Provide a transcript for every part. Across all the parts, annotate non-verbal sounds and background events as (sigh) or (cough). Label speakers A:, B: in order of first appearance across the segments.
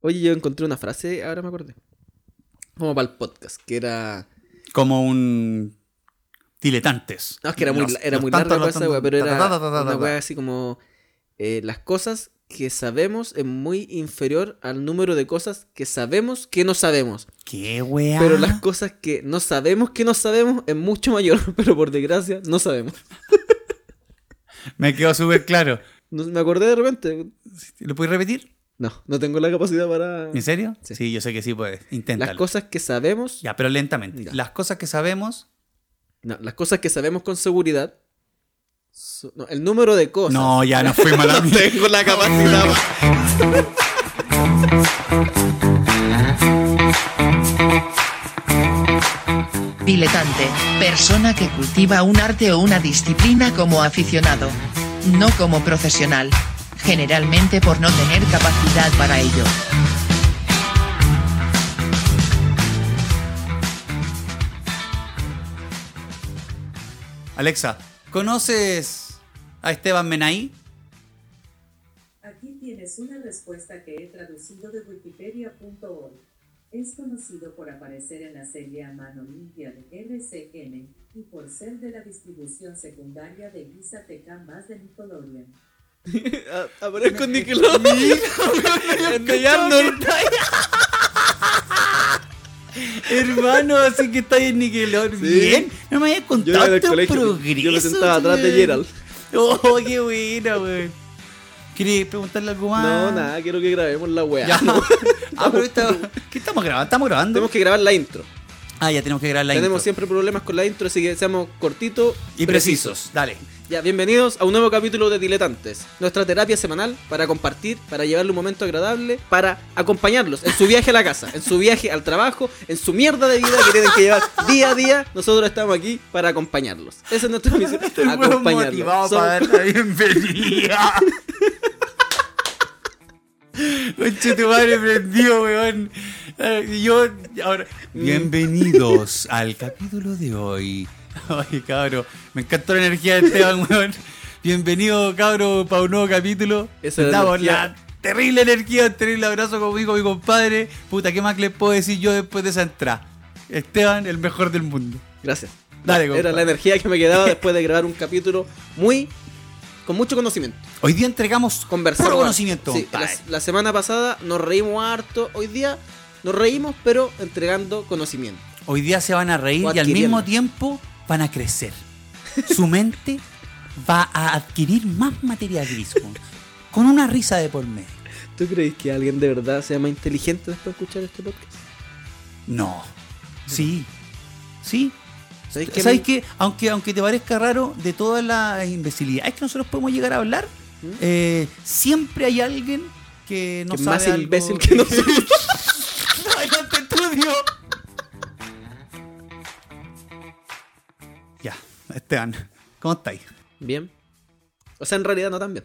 A: Oye, yo encontré una frase, ahora me acordé. Como para el podcast, que era.
B: Como un. Diletantes.
A: No, es que era muy,
B: Los-
A: era
B: los
A: muy
B: tantos,
A: larga
B: los
A: para esa
B: tantos,
A: wea, pero
B: ta, ta,
A: era
B: ta, ta, ta,
A: una
B: ta.
A: wea así como. eh, las cosas que sabemos es muy inferior al número de cosas que sabemos que no sabemos.
B: ¿Qué weá?
A: Pero las cosas que no sabemos que no sabemos es mucho mayor, (laughs) pero por desgracia no sabemos.
B: Me quedó súper claro.
A: No- me acordé de repente.
B: ¿Lo puedes repetir?
A: No, no tengo la capacidad para.
B: ¿En serio?
A: Mm. Sí.
B: Sí, yo sé que sí puedes.
A: Las
B: Inténtalo.
A: cosas que sabemos.
B: Ya, pero lentamente.
A: Ya.
B: Las cosas que sabemos.
A: No, las cosas que sabemos con seguridad. so- no, el número de cosas.
B: No, ya nos fuimos a
A: (laughs)
B: la mierda.
A: tengo la capacidad. para-
C: Diletante, persona que cultiva un arte o una disciplina como aficionado, no como profesional, generalmente por no tener capacidad para ello.
B: Alexa, ¿conoces a Esteban Menaí?
D: Aquí tienes una respuesta que he traducido de wikipedia.org. Es conocido por aparecer en la serie A Mano Limpia de RCN y por ser de la distribución secundaria de Guisa más de Nickelodeon.
A: A- Aparezco en Nickelodeon.
B: (laughs)
A: En The Arnold.
B: Hermano, así que estáis en Nickelodeon.
A: Sí.
B: Bien, no me
A: Yo era
B: habías contado
A: del
B: tu
A: colegio.
B: progreso.
A: Yo lo sentaba atrás de Gerald.
B: (laughs) Oh, qué buena, weón. ¿Quieres preguntarle algo más?
A: No, nada, quiero que grabemos la wea. (laughs)
B: Ya. Ah, pero esta- ¿Qué estamos grabando? ¿Estamos grabando?
A: Tenemos que grabar la intro.
B: Ah, ya tenemos que grabar la
A: Tenemos
B: intro.
A: siempre problemas con la intro, así que seamos cortitos
B: Y precisos. Dale.
A: Ya, bienvenidos a un nuevo capítulo de Diletantes, nuestra terapia semanal para compartir, para llevarle un momento agradable, para acompañarlos en su viaje a la casa, en su viaje al trabajo, en su mierda de vida que tienen que llevar día a día. Nosotros estamos aquí para acompañarlos. Esa es nuestra
B: (laughs)
A: misión,
B: Este
A: acompañarlos. Son-
B: dar la bienvenida. (laughs) Conche tu madre prendió, weón. Eh, Yo, ahora. Bienvenidos al capítulo de hoy. Ay, cabro. Me encantó la energía de (laughs) Esteban, weón. Bienvenido, cabro, para un nuevo capítulo.
A: Esa era la
B: Damos
A: energía.
B: la terrible energía, un terrible abrazo conmigo, mi compadre. Puta, ¿qué más les puedo decir yo después de esa entrada? Esteban, el mejor del mundo.
A: Gracias.
B: Dale,
A: Era
B: compadre.
A: la energía que me quedaba después de grabar un capítulo muy con mucho conocimiento.
B: Hoy día entregamos
A: conversar.
B: puro
A: harto.
B: conocimiento.
A: Sí, la,
B: compadre.
A: la semana pasada nos reímos harto. Hoy día nos reímos, pero entregando conocimiento.
B: Hoy día se van a reír
A: O
B: y al
A: adquiriendo.
B: mismo tiempo van a crecer. Su mente va a adquirir más materia gris con- con una risa de por medio.
A: ¿Tú crees que alguien de verdad sea más inteligente después de escuchar este podcast?
B: No. Sí. Sí.
A: ¿Sabes
B: ¿Sabes qué? Aunque, aunque te parezca raro, de todas las imbecilidades que nosotros podemos llegar a hablar,
A: ¿Mm?
B: eh, siempre hay alguien que no
A: Que es
B: sabe
A: más
B: algo
A: imbécil que (laughs) nosotros.
B: (laughs) ¡Adelante, estudio! Ya, Esteban, ¿cómo estáis?
A: Bien. O sea, en realidad no tan bien.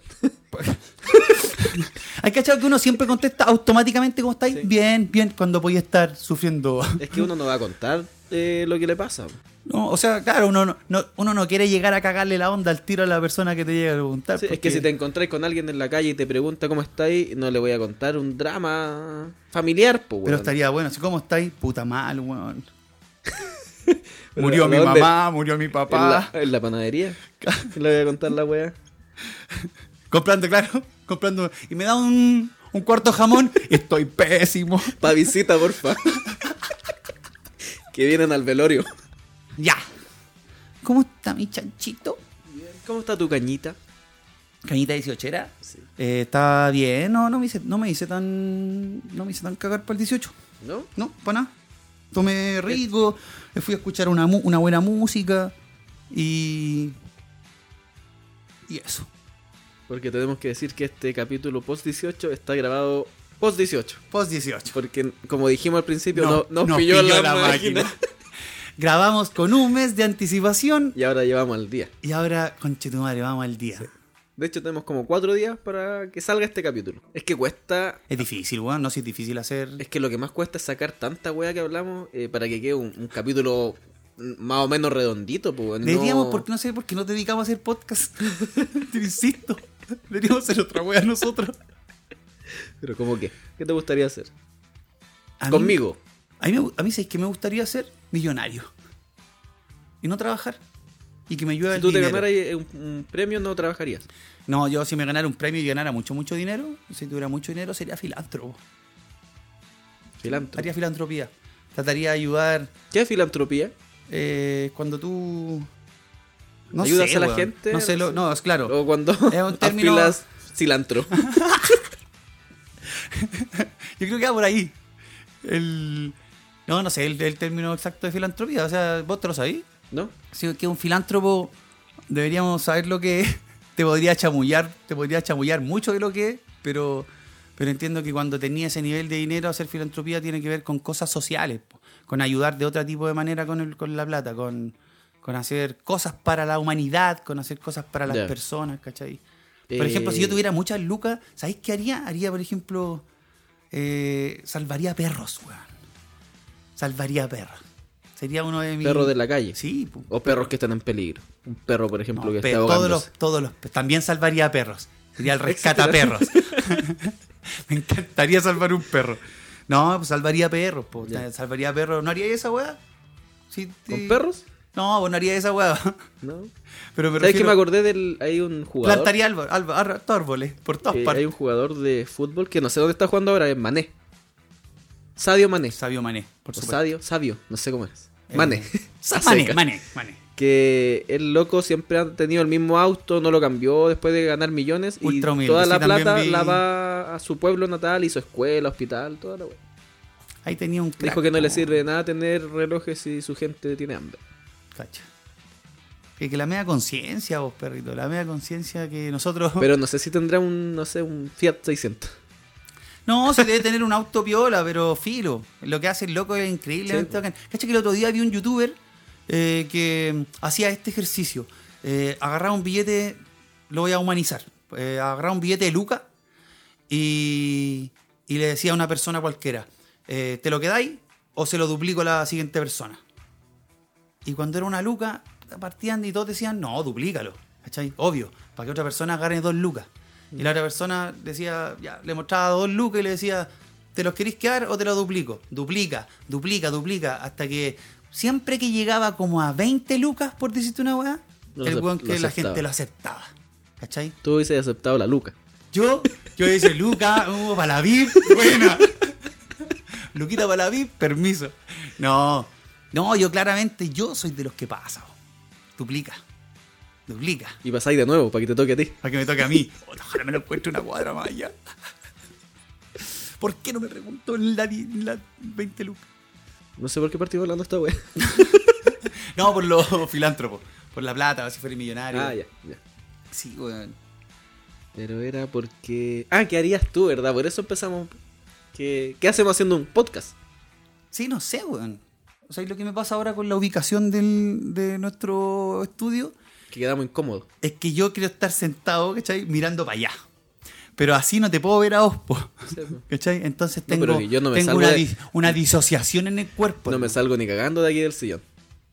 B: Hay cachado que uno siempre contesta automáticamente cómo estáis.
A: Sí.
B: Bien, bien, cuando voy a estar
A: (laughs)
B: sufriendo.
A: Es que uno no va a contar eh, lo que le pasa.
B: No, o sea, claro, uno no, no- uno no quiere llegar a cagarle la onda al tiro a la persona que te llega a preguntar.
A: Sí, Es
B: porque-
A: que si te encontrás con alguien en la calle y te pregunta cómo estáis, no le voy a contar un drama familiar, pues,
B: Pero estaría bueno, así como estáis, puta mal, weón.
A: (laughs) Pero,
B: murió
A: ¿a
B: mi
A: dónde?
B: mamá, murió mi papá.
A: En la, en la
B: (laughs)
A: panadería. Le voy a contar la wea.
B: Comprando, claro, (laughs) comprando. Y me da un, un cuarto jamón. (laughs) Estoy pésimo.
A: Pa' visita, (laughs) porfa. que vienen al velorio.
B: Ya. ¿Cómo está mi chanchito?
A: ¿Cómo está tu cañita?
B: Cañita 18 era. Eh, está bien, no, no me hice, no me hice tan. No me hice tan cagar para el 18.
A: ¿No?
B: No, para nada. Tomé rico, me fui a escuchar una, mu- una buena música y. Y eso.
A: Porque tenemos que decir que este capítulo post-18 está grabado post-18.
B: Post 18.
A: Porque, como dijimos al principio, no,
B: No,
A: nos
B: nos
A: pilló,
B: pilló
A: la,
B: la
A: máquina.
B: máquina. (laughs) Grabamos con un mes de anticipación
A: (laughs) Y ahora llevamos al día.
B: y ahora, conche tu madre, vamos al día.
A: De hecho, tenemos como cuatro días para que salga este capítulo. Es que cuesta...
B: Es difícil, weón, no sé si es difícil hacer.
A: Es que lo que más cuesta es sacar tanta wea que hablamos eh, para que quede un, un capítulo mm, más o menos redondito. Pues, no-
B: Deberíamos, porque no sé por qué no te dedicamos a (laughs) hacer podcast. te insisto. Deberíamos hacer otra wea nosotros.
A: Pero ¿cómo qué? ¿Qué te gustaría hacer?
B: A mí-
A: Conmigo.
B: A mí, me gu- a mí ¿sabes qué me gustaría ser? Millonario. Y no trabajar. Y que me ayude
A: Si
B: el
A: tú te
B: dinero.
A: ganaras eh, un, un premio, no trabajarías.
B: No, yo si me ganara un premio y ganara mucho, mucho dinero, si tuviera mucho dinero, sería filántropo.
A: Filántropo.
B: Haría filantropía. Trataría de ayudar
A: ¿Qué es filantropía?
B: eh, cuando tú...
A: ¿Ayudas a la
B: weón.
A: gente? Oh.
B: No sé, lo- no, es claro.
A: O cuando
B: Es
A: (laughs)
B: un término-
A: afilas
B: (laughs)
A: cilantro.
B: Yo creo que va por ahí. El... No, no sé el, el término exacto de filantropía. O sea, ¿vos te lo sabís?
A: ¿No?
B: Si que un filántropo deberíamos saber lo que es. (laughs) Te podría chamullar, te podría chamullar mucho de lo que es, pero, pero entiendo que cuando tenía ese nivel de dinero, hacer filantropía tiene que ver con cosas sociales, po, con ayudar de otro tipo de manera con, el- con la plata, con, con hacer cosas para la humanidad, con hacer cosas para las
A: Ya.
B: personas, ¿cachai? Por
A: Eh.
B: ejemplo, si yo tuviera muchas lucas, ¿sabéis qué haría? Haría, por ejemplo, eh, salvaría perros, weón. Salvaría perros. Sería uno de mis...
A: Perros de la calle.
B: Sí, po.
A: O perros que están en peligro. Un perro, por ejemplo,
B: No,
A: que
B: pe-
A: está
B: todos
A: ahogándose.
B: los, todos los, también salvaría a perros.
A: (laughs)
B: Sería el rescataperros. (laughs) Me encantaría salvar un perro. No, pues salvaría perros. po.
A: Ya.
B: Salvaría perros. ¿No haría esa weá? Sí, sí.
A: ¿Con perros?
B: No, pues no haría esa weá. (laughs)
A: ¿No?
B: Pero me
A: ¿Sabes que
B: refiero-
A: me acordé del. Hay un jugador.
B: Plantaría árbol- árbol- ar- árboles por todas
A: eh,
B: partes.
A: hay un jugador de fútbol que no sé dónde está jugando ahora, es Mané. Sadio Mané.
B: Sabio Mané, por
A: O
B: supuesto.
A: Sadio, Sabio, no sé cómo es.
B: Eh,
A: Pues Mané. (laughs)
B: Sa-
A: Seca.
B: Mané, Mané, Mané.
A: Que el loco siempre ha tenido el mismo auto, no lo cambió después de ganar millones. Y
B: Ultra humilde,
A: toda
B: sí,
A: la
B: también
A: plata
B: vi-
A: la va a su pueblo natal y su escuela, hospital, toda la wea.
B: Ahí tenía un crack,
A: Dijo que no le
B: po.
A: sirve de nada tener relojes si su gente tiene hambre.
B: Cacha. Que, que la media conciencia, vos, perrito. La media conciencia que nosotros.
A: Pero no sé si tendrá un, no sé, un Fiat 600.
B: No, se debe tener un auto piola, pero filo. Lo que hace el loco es increíblemente
A: Sí,
B: bacán. Cacha que el otro día vi un youtuber eh, que hacía este ejercicio. Eh, agarraba un billete, lo voy a humanizar. Eh, agarraba un billete de Luca y, y le decía a una persona cualquiera, eh, ¿te lo quedáis o se lo duplico a la siguiente persona? Y cuando era una Luca, partían y todos decían, no, duplícalo. ¿Cachai? Obvio, para que otra persona agarre dos lucas. Y la otra persona decía, ya, le mostraba dos lucas y le decía, ¿te los queréis quedar o te los duplico? Duplica, duplica, duplica. Hasta que siempre que llegaba como a 20 lucas, por decirte una weá,
A: Lo
B: el
A: acep-
B: weón
A: lo
B: que la
A: aceptaba.
B: gente lo aceptaba. ¿Cachai?
A: Tú hubiese aceptado la luca.
B: Yo, yo dice Luca, uh, para la VIP, buena. Luquita para la VIP, permiso. No, no, yo claramente, yo soy de los que pasa. bo. Duplica, duplica.
A: Y pasáis de nuevo para que te toque a ti.
B: Para que me toque a mí. Oh, ojalá me lo encuentre una cuadra más allá. ¿Por qué no me preguntó en la, di- en la 20 lucas?
A: No sé por qué partimos hablando esta wea.
B: No, por los filántropos. Por la plata, si fuera millonario.
A: Ah, ya, ya.
B: Sí, weón.
A: Pero era porque. Ah, ¿qué harías tú, verdad? Por eso empezamos. ¿Qué, qué hacemos haciendo un podcast?
B: Sí, no sé, weón. O sea, y lo que me pasa ahora con la ubicación del- de nuestro estudio
A: Que quedamos
B: (laughs)
A: incómodos.
B: es que yo quiero estar sentado, ¿cachai? Mirando para allá. Pero así no te puedo ver a vos, po. (laughs)
A: Sí, po.
B: ¿cachai? Entonces
A: No,
B: tengo,
A: pero que yo no me
B: tengo
A: salgo
B: una,
A: de-
B: dis- una disociación en el cuerpo.
A: no me salgo ni cagando de aquí del sillón.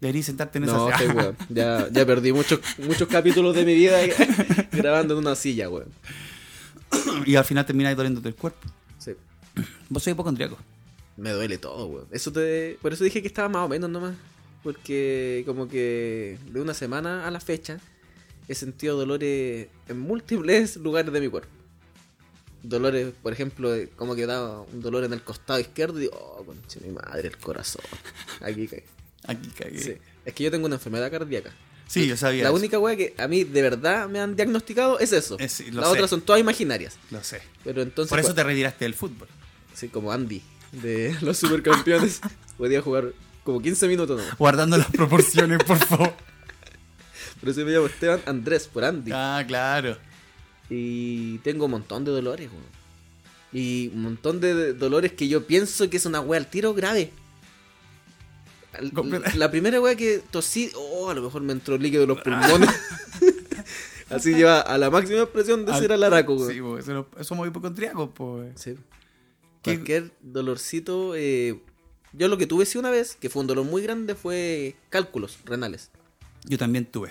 B: Debería sentarte en
A: No,
B: esa
A: estoy weón. Ya, ya perdí muchos, muchos capítulos de mi vida grabando en una silla, weón.
B: (laughs) Y al final terminas doliéndote el cuerpo.
A: Sí.
B: Vos sois hipocondriaco.
A: Me duele todo, weón. Eso te... Por eso dije que estaba más o menos nomás. Porque como que de una semana a la fecha he sentido dolores en múltiples (laughs) lugares de mi cuerpo. Dolores, por ejemplo, de- como que daba un dolor en el costado izquierdo y digo, oh, conche mi madre, el corazón. Aquí cae.
B: Aquí cagué.
A: Sí.
B: Sí,
A: Es que yo tengo una enfermedad cardíaca.
B: yo sabía.
A: La
B: eso.
A: única weá que a mí de verdad me han diagnosticado es eso.
B: Es- lo
A: Las
B: sé.
A: otras son todas imaginarias.
B: Lo sé.
A: Pero entonces.
B: Por eso
A: cua-
B: te retiraste del fútbol.
A: Sí, como Andy de (laughs) los supercampeones.
B: (laughs)
A: Podía jugar como 15 minutos nomás.
B: Guardando las proporciones,
A: (laughs)
B: por favor.
A: Por eso me llamo Esteban Andrés, por Andy.
B: Ah, claro.
A: Y tengo un montón de dolores, weón. Y un montón de de dolores que yo pienso que es una wea al tiro grave. Al-
B: Comple-
A: La primera wea que tosí, oh, a lo mejor me entró líquido de
B: (laughs)
A: los pulmones. (laughs) Así lleva a la máxima expresión de
B: Al-
A: ser alaraco, weón.
B: Sí, po, eso lo- somos hipocondriacos, pues.
A: Sí.
B: ¿Qué-
A: Cualquier dolorcito. eh, yo lo que tuve sí una vez, que fue un dolor muy grande, fue cálculos renales.
B: Yo también tuve.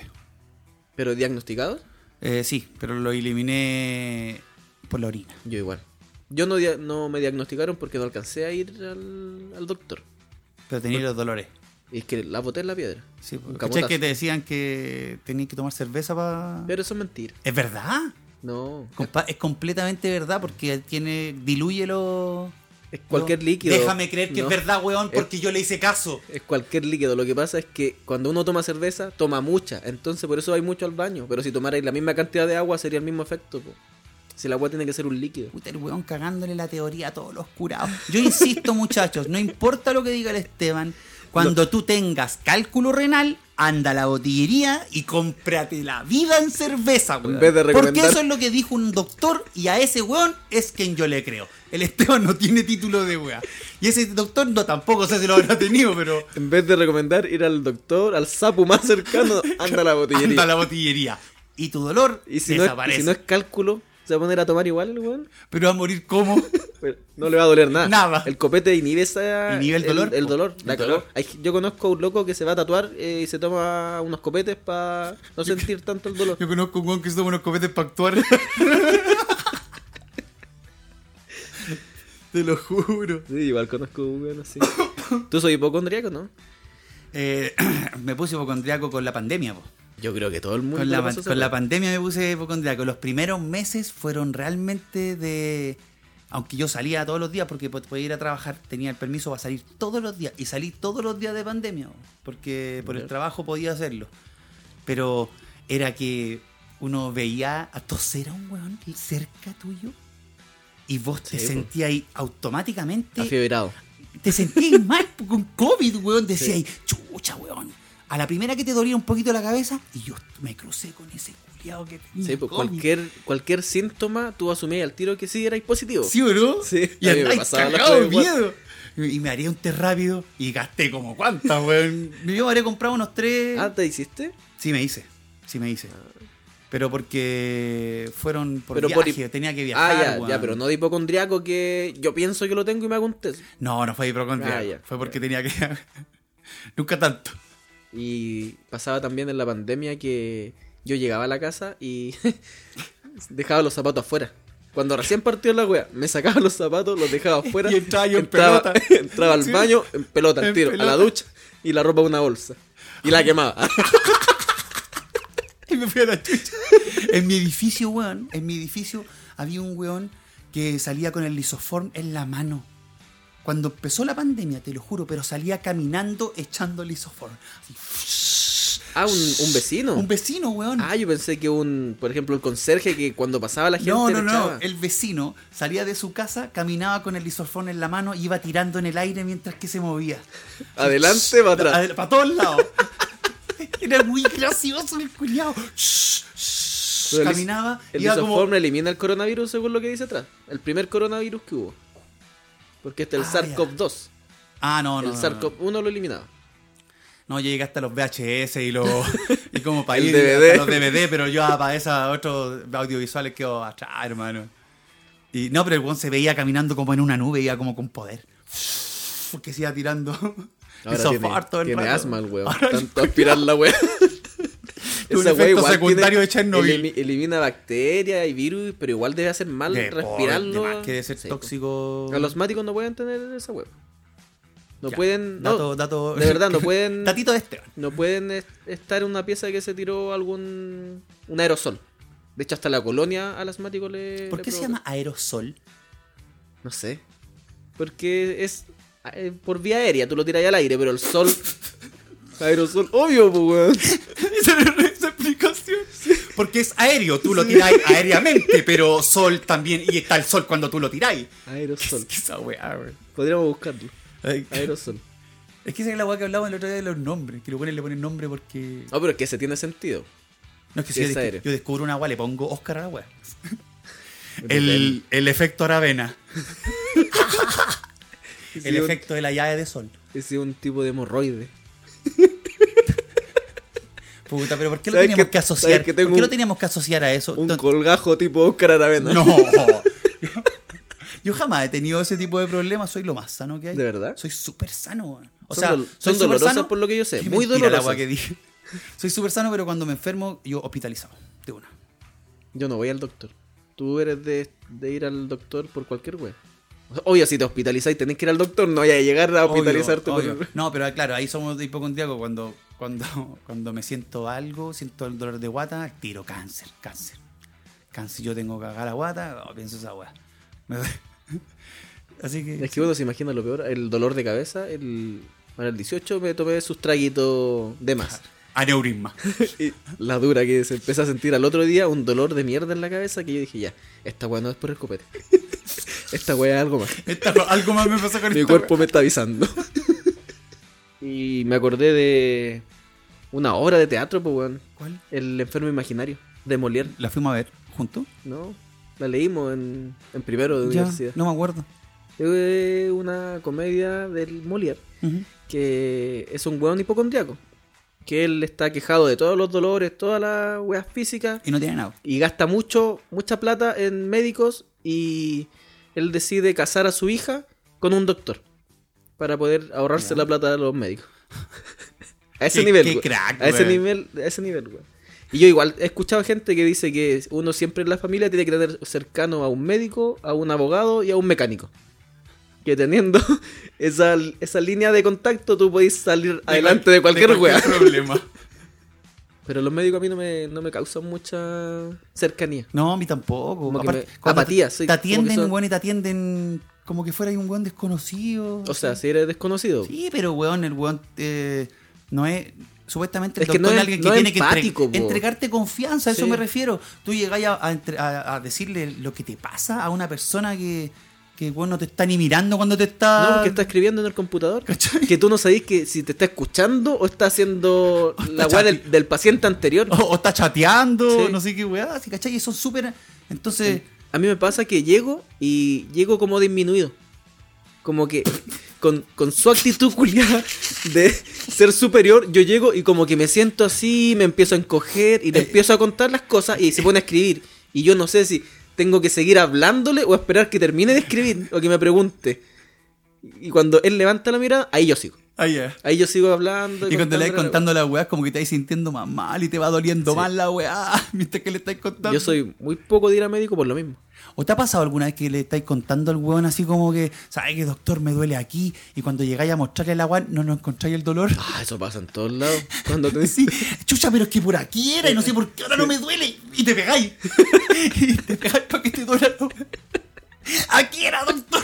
A: Pero diagnosticados,
B: Eh, sí, pero lo eliminé por la orina.
A: yo igual. Yo no, dia- no me diagnosticaron porque no alcancé a ir al, al doctor.
B: Pero tenía los dolores.
A: Y es que la boté en la piedra.
B: Sí,
A: Un
B: pues, ¿Cachai
A: capotazo.
B: que te decían que tenías que tomar cerveza para.
A: Pero eso es mentira.
B: ¿Es verdad?
A: No.
B: Compa- es completamente verdad porque tiene. diluye los.
A: Es cualquier
B: los-
A: líquido.
B: Déjame creer que
A: No.
B: es verdad, weón,
A: Es-
B: porque yo le hice caso.
A: Es cualquier líquido. Lo que pasa es que cuando uno toma cerveza, toma mucha. Entonces por eso hay mucho al baño. Pero si tomarais la misma cantidad de agua sería el mismo efecto. po. Si el agua tiene que ser un líquido.
B: Puta, el weón cagándole la teoría a todos los curados. Yo insisto, muchachos, no importa lo que diga el Esteban, cuando tú tengas cálculo renal, anda a la botillería y cómprate la vida en cerveza, weón.
A: vez de
B: Porque
A: recomendar-
B: eso es lo que dijo un doctor y a ese weón es quien yo le creo. El Esteban no tiene título de weá. Y ese doctor no tampoco sé si lo habrá tenido, pero
A: En vez de recomendar ir al doctor, al sapo más
B: (laughs)
A: cercano, anda a la botillería.
B: anda a la botillería. Y tu dolor
A: Y si no, es, y
B: desaparece.
A: si no es cálculo, se va a poner a tomar igual el weón.
B: Pero va a morir como.
A: Pero No le va a doler nada.
B: Nada.
A: El copete inhibe esa.
B: Inhibe el dolor,
A: El
B: po.
A: dolor.
B: El
A: La
B: dolor.
A: cagó. Hay- yo conozco a un loco que se va a tatuar eh, y se toma unos copetes para no sentir tanto el
B: (laughs)
A: dolor.
B: Yo conozco un weón que se toma unos copetes para actuar. Te lo juro.
A: Sí, igual conozco a un weón así. Tú soy hipocondríaco, ¿no?
B: Eh, (clears throat) me puse hipocondriaco con la pandemia, po.
A: Yo creo que todo el mundo.
B: Con la,
A: le pasó esa
B: con la
A: weá.
B: pandemia me puse hipocondriaco. Los primeros meses fueron realmente de. Aunque yo salía todos los días porque po- podía ir a trabajar, tenía el permiso para salir todos los días. Y salí todos los días de pandemia, po, porque por el
A: Ya.
B: trabajo podía hacerlo. Pero era que uno veía a toser a un weón cerca tuyo y vos te
A: Sí, po.
B: sentías ahí automáticamente
A: Afiebrado.
B: te sentís
A: (laughs)
B: mal po, con COVID, weón. Decía ahí, chucha, weón. A la primera que te dolía un poquito la cabeza, y yo me crucé con ese culiado que tenía.
A: Sí, pues
B: COVID.
A: cualquier, cualquier síntoma, tú asumías al tiro que sí erais positivo.
B: ¿Sí o no?
A: Sí,
B: Y
A: a mí me
B: andáis
A: pasaba la
B: cagado de
A: prueba
B: miedo. Y y me haría un té rápido y gasté como cuántas, weón. Yo me habría comprado unos tres.
A: Ah, ¿te hiciste?
B: Sí, me hice. Sí, me hice. Pero porque fueron por
A: Pero por
B: viaje,
A: hi-
B: tenía que viajar.
A: ah, ya,
B: weón.
A: ya, pero no de hipocondriaco que yo pienso que lo tengo y me hago un test.
B: No, no fue hipocondriaco.
A: Ah, ya.
B: Fue porque tenía que. (laughs) Nunca tanto.
A: Y pasaba también en la pandemia que yo llegaba a la casa y (laughs) dejaba los zapatos afuera. Cuando recién partió la wea, me sacaba los zapatos, los dejaba afuera.
B: (laughs) Y entraba yo en pelota.
A: (laughs) entraba al
B: Sí.
A: baño, en pelota,
B: En
A: al tiro, a la
B: pelota.
A: ducha y la ropa en una bolsa. Y la
B: (laughs)
A: quemaba.
B: Y me fui a la chucha. En mi edificio, weón, en mi edificio había un weón que salía con el lisoform en la mano. Cuando empezó la pandemia, te lo juro, pero salía caminando echando lisoform. Así.
A: Ah, un, un vecino.
B: Un vecino, weón.
A: Ah, yo pensé que un, por ejemplo, el conserje que cuando pasaba la gente.
B: no,
A: le
B: no, no.
A: echaba.
B: El vecino salía de su casa, caminaba con el lisoform en la mano y iba tirando en el aire mientras que se movía.
A: Adelante, va atrás.
B: Para todos lados. (laughs) Era muy gracioso el culiao. Shh, shh.
A: Pero el lis-
B: Caminaba,
A: El
B: iba como,
A: lisoform elimina el coronavirus según lo que dice atrás. El primer coronavirus que hubo. Porque este el
B: Ah, ya.
A: SARS-CoV-2.
B: Ah, no, no.
A: el
B: no, no.
A: SARS-CoV-1 lo eliminaba.
B: No, yo llegué hasta los VHS
A: (laughs)
B: y los. y como para
A: El
B: ir
A: DVD.
B: hasta los DVD, pero yo ah, para esos otros audiovisuales quedo atrás, hermano. Y no, pero el weón se veía caminando como en una nube, iba como con poder. Porque se iba tirando. (laughs)
A: Ahora
B: Hizo
A: tiene,
B: fart todo el
A: tiene
B: rato. Ah,
A: asma el weón.
B: Ahora-
A: Tanto aspirar la weón.
B: (laughs) un efecto secundario de Chernobyl.
A: elimi- elimina bacterias y virus, pero igual debe hacer mal
B: de-
A: respirarlo.
B: de más que debe ser
A: Sí, pues.
B: tóxico.
A: A los máticos no pueden tener esa web. No
B: Ya,
A: pueden. no,
B: dato- dato-
A: De verdad, no pueden.
B: (laughs) Datito de este. Esteban.
A: No pueden es- estar en una pieza que se tiró algún. un aerosol. De hecho, hasta la colonia al asmático le.
B: ¿Por
A: le
B: qué se
A: provoca.
B: llama
A: (laughs)
B: aerosol?
A: No sé. Porque es eh, por vía aérea, tú lo tiras ahí al aire, pero el sol. (laughs) aerosol, obvio, pues, weón.
B: Esa era esa explicación. Porque es aéreo, tú lo tiráis aéreamente, pero sol también, y está el sol cuando tú lo tiráis.
A: Aerosol.
B: Es que esa weá, weón.
A: (laughs) Podríamos buscarlo.
B: Ay,
A: Aerosol.
B: Es que esa es la weá que hablaba el otro día de los nombres, que los buenos le ponen nombre porque.
A: No, pero es que se tiene sentido.
B: No, es que si yo,
A: es
B: descu-
A: aéreo.
B: yo descubro una weá, le pongo Oscar a la
A: (laughs)
B: weá. El, el efecto Aravena,
A: Es
B: el
A: un-
B: efecto de la llave de sol.
A: Es un tipo de hemorroide.
B: Puta, pero ¿por qué lo
A: ¿Sabes
B: teníamos que,
A: que-
B: asociar?
A: sabes que tengo
B: ¿Por qué lo
A: un-
B: teníamos que asociar a eso?
A: Un (laughs)
B: No,
A: colgajo tipo Oscar Aravena.
B: No. Yo jamás he tenido ese tipo de problemas, soy lo más sano que hay.
A: ¿De verdad?
B: Soy súper sano, weón. O
A: Son
B: sea,
A: dol-
B: soy
A: son
B: súper
A: dolorosas
B: sano.
A: por lo que yo sé,
B: Qué
A: muy
B: mentira la
A: dolorosas.
B: weá que dije. Soy súper sano, pero cuando me enfermo, yo hospitalizado. De una.
A: Yo no voy al doctor. Tú eres de, de ir al doctor por cualquier wea. O sea, obvio, si te hospitalizáis, tenés que ir al doctor, no vayas a llegar a hospitalizarte. pues,
B: Obvio,
A: por-
B: obvio. No, pero claro, ahí somos de hipocondriaco. Cuando, cuando, (laughs) cuando me siento algo, siento el dolor de guata, al tiro cáncer, cáncer. Cáncer, yo tengo cagada la guata, oh, pienso esa weá. Me duele. (laughs) Así que.
A: Es que uno se imagina lo peor, el dolor de cabeza. El, para el 18 me tomé sus traguitos de más.
B: Aneurisma.
A: Y la dura que se empezó a sentir al otro día, un dolor de mierda en la cabeza que yo dije, ya, esta weá no es por el
B: (laughs)
A: copete. Esta weá es algo más.
B: Esta- algo más me pasa con
A: Mi
B: esta
A: cuerpo me está avisando. (laughs) Y me acordé de una obra de teatro, pues weón.
B: weá. ¿Cuál?
A: El enfermo imaginario, de Molière,
B: ¿La fuimos a ver juntos?
A: ¿no? La leímos en, en primero de
B: Ya,
A: universidad.
B: no me acuerdo.
A: Es una comedia del Molière
B: Ujú.
A: que es un weón hipocondriaco. Que él está quejado de todos los dolores, todas las weas físicas.
B: Y no tiene nada.
A: Y gasta mucho, mucha plata en médicos. Y él decide casar a su hija con un doctor. Para poder ahorrarse la plata de los médicos. (laughs) a ese
B: Qué-
A: nivel. pues.
B: qué
A: weón.
B: crack,
A: a ese
B: weón.
A: nivel, a ese nivel, weón. Y yo igual he escuchado gente que dice que uno siempre en la familia tiene que tener cercano a un médico, a un abogado y a un mecánico. Que teniendo (laughs) esa, esa línea de contacto tú podés salir adelante de cualquier, (laughs) wea.
B: problema.
A: Pero los médicos a mí no me, no me causan mucha cercanía.
B: No, a mí tampoco.
A: Como que
B: Aparte,
A: me-
B: cuando
A: apatía,
B: te-
A: soy-
B: Te
A: como que
B: atienden,
A: son-
B: weón, y te atienden como que fuera un weón desconocido.
A: O sea,
B: así.
A: si eres desconocido.
B: Sí, pero weón, el weón eh, no es. Supuestamente el
A: Es que
B: doctor
A: no es-
B: alguien que
A: no es
B: tiene que entre-
A: empático, po.
B: entregarte confianza, a eso
A: Sí.
B: me refiero. Tú llegás a, a entre- a- a decirle lo que te pasa a una persona que, que weón, no te está ni mirando cuando te está.
A: No, porque está escribiendo en el computador.
B: ¿Cachai?
A: Que tú no sabés que si te está escuchando o está haciendo
B: está
A: la weá
B: chapi-
A: del, del paciente anterior.
B: (laughs) O, o está chateando,
A: Sí.
B: no sé qué weá, así, ¿cachai? Y son súper. Entonces,
A: A mí me pasa que llego y llego como disminuido. Como que con, con su actitud culiada de ser superior, yo llego y como que me siento así, me empiezo a encoger
B: Eh.
A: y le empiezo a contar las cosas y se pone a escribir. Y yo no sé si tengo que seguir hablándole o esperar que termine de escribir o que me pregunte. Y cuando él levanta la mirada, ahí yo sigo.
B: ah, ya.
A: Ahí yo sigo hablando.
B: Y cuando le
A: contándole la-
B: estás contando la weá, como que te estás sintiendo más mal y te va doliendo
A: Sí.
B: más la weá, (laughs) mientras que le estás contando.
A: Yo soy muy poco de ir a médico por lo mismo.
B: ¿O te ha pasado alguna vez que le estáis contando al weón así como que, ¿sabes que doctor? Me duele aquí. Y cuando llegáis a mostrarle la weón, no nos encontráis
A: (laughs)
B: el dolor.
A: Ah, eso pasa en todos lados. Cuando te
B: Sí, chucha, pero es que por aquí era y no sé por qué ahora no me duele. Y
A: (laughs)
B: te pegáis. y te pegáis para que te duela la weá. Aquí era, doctor.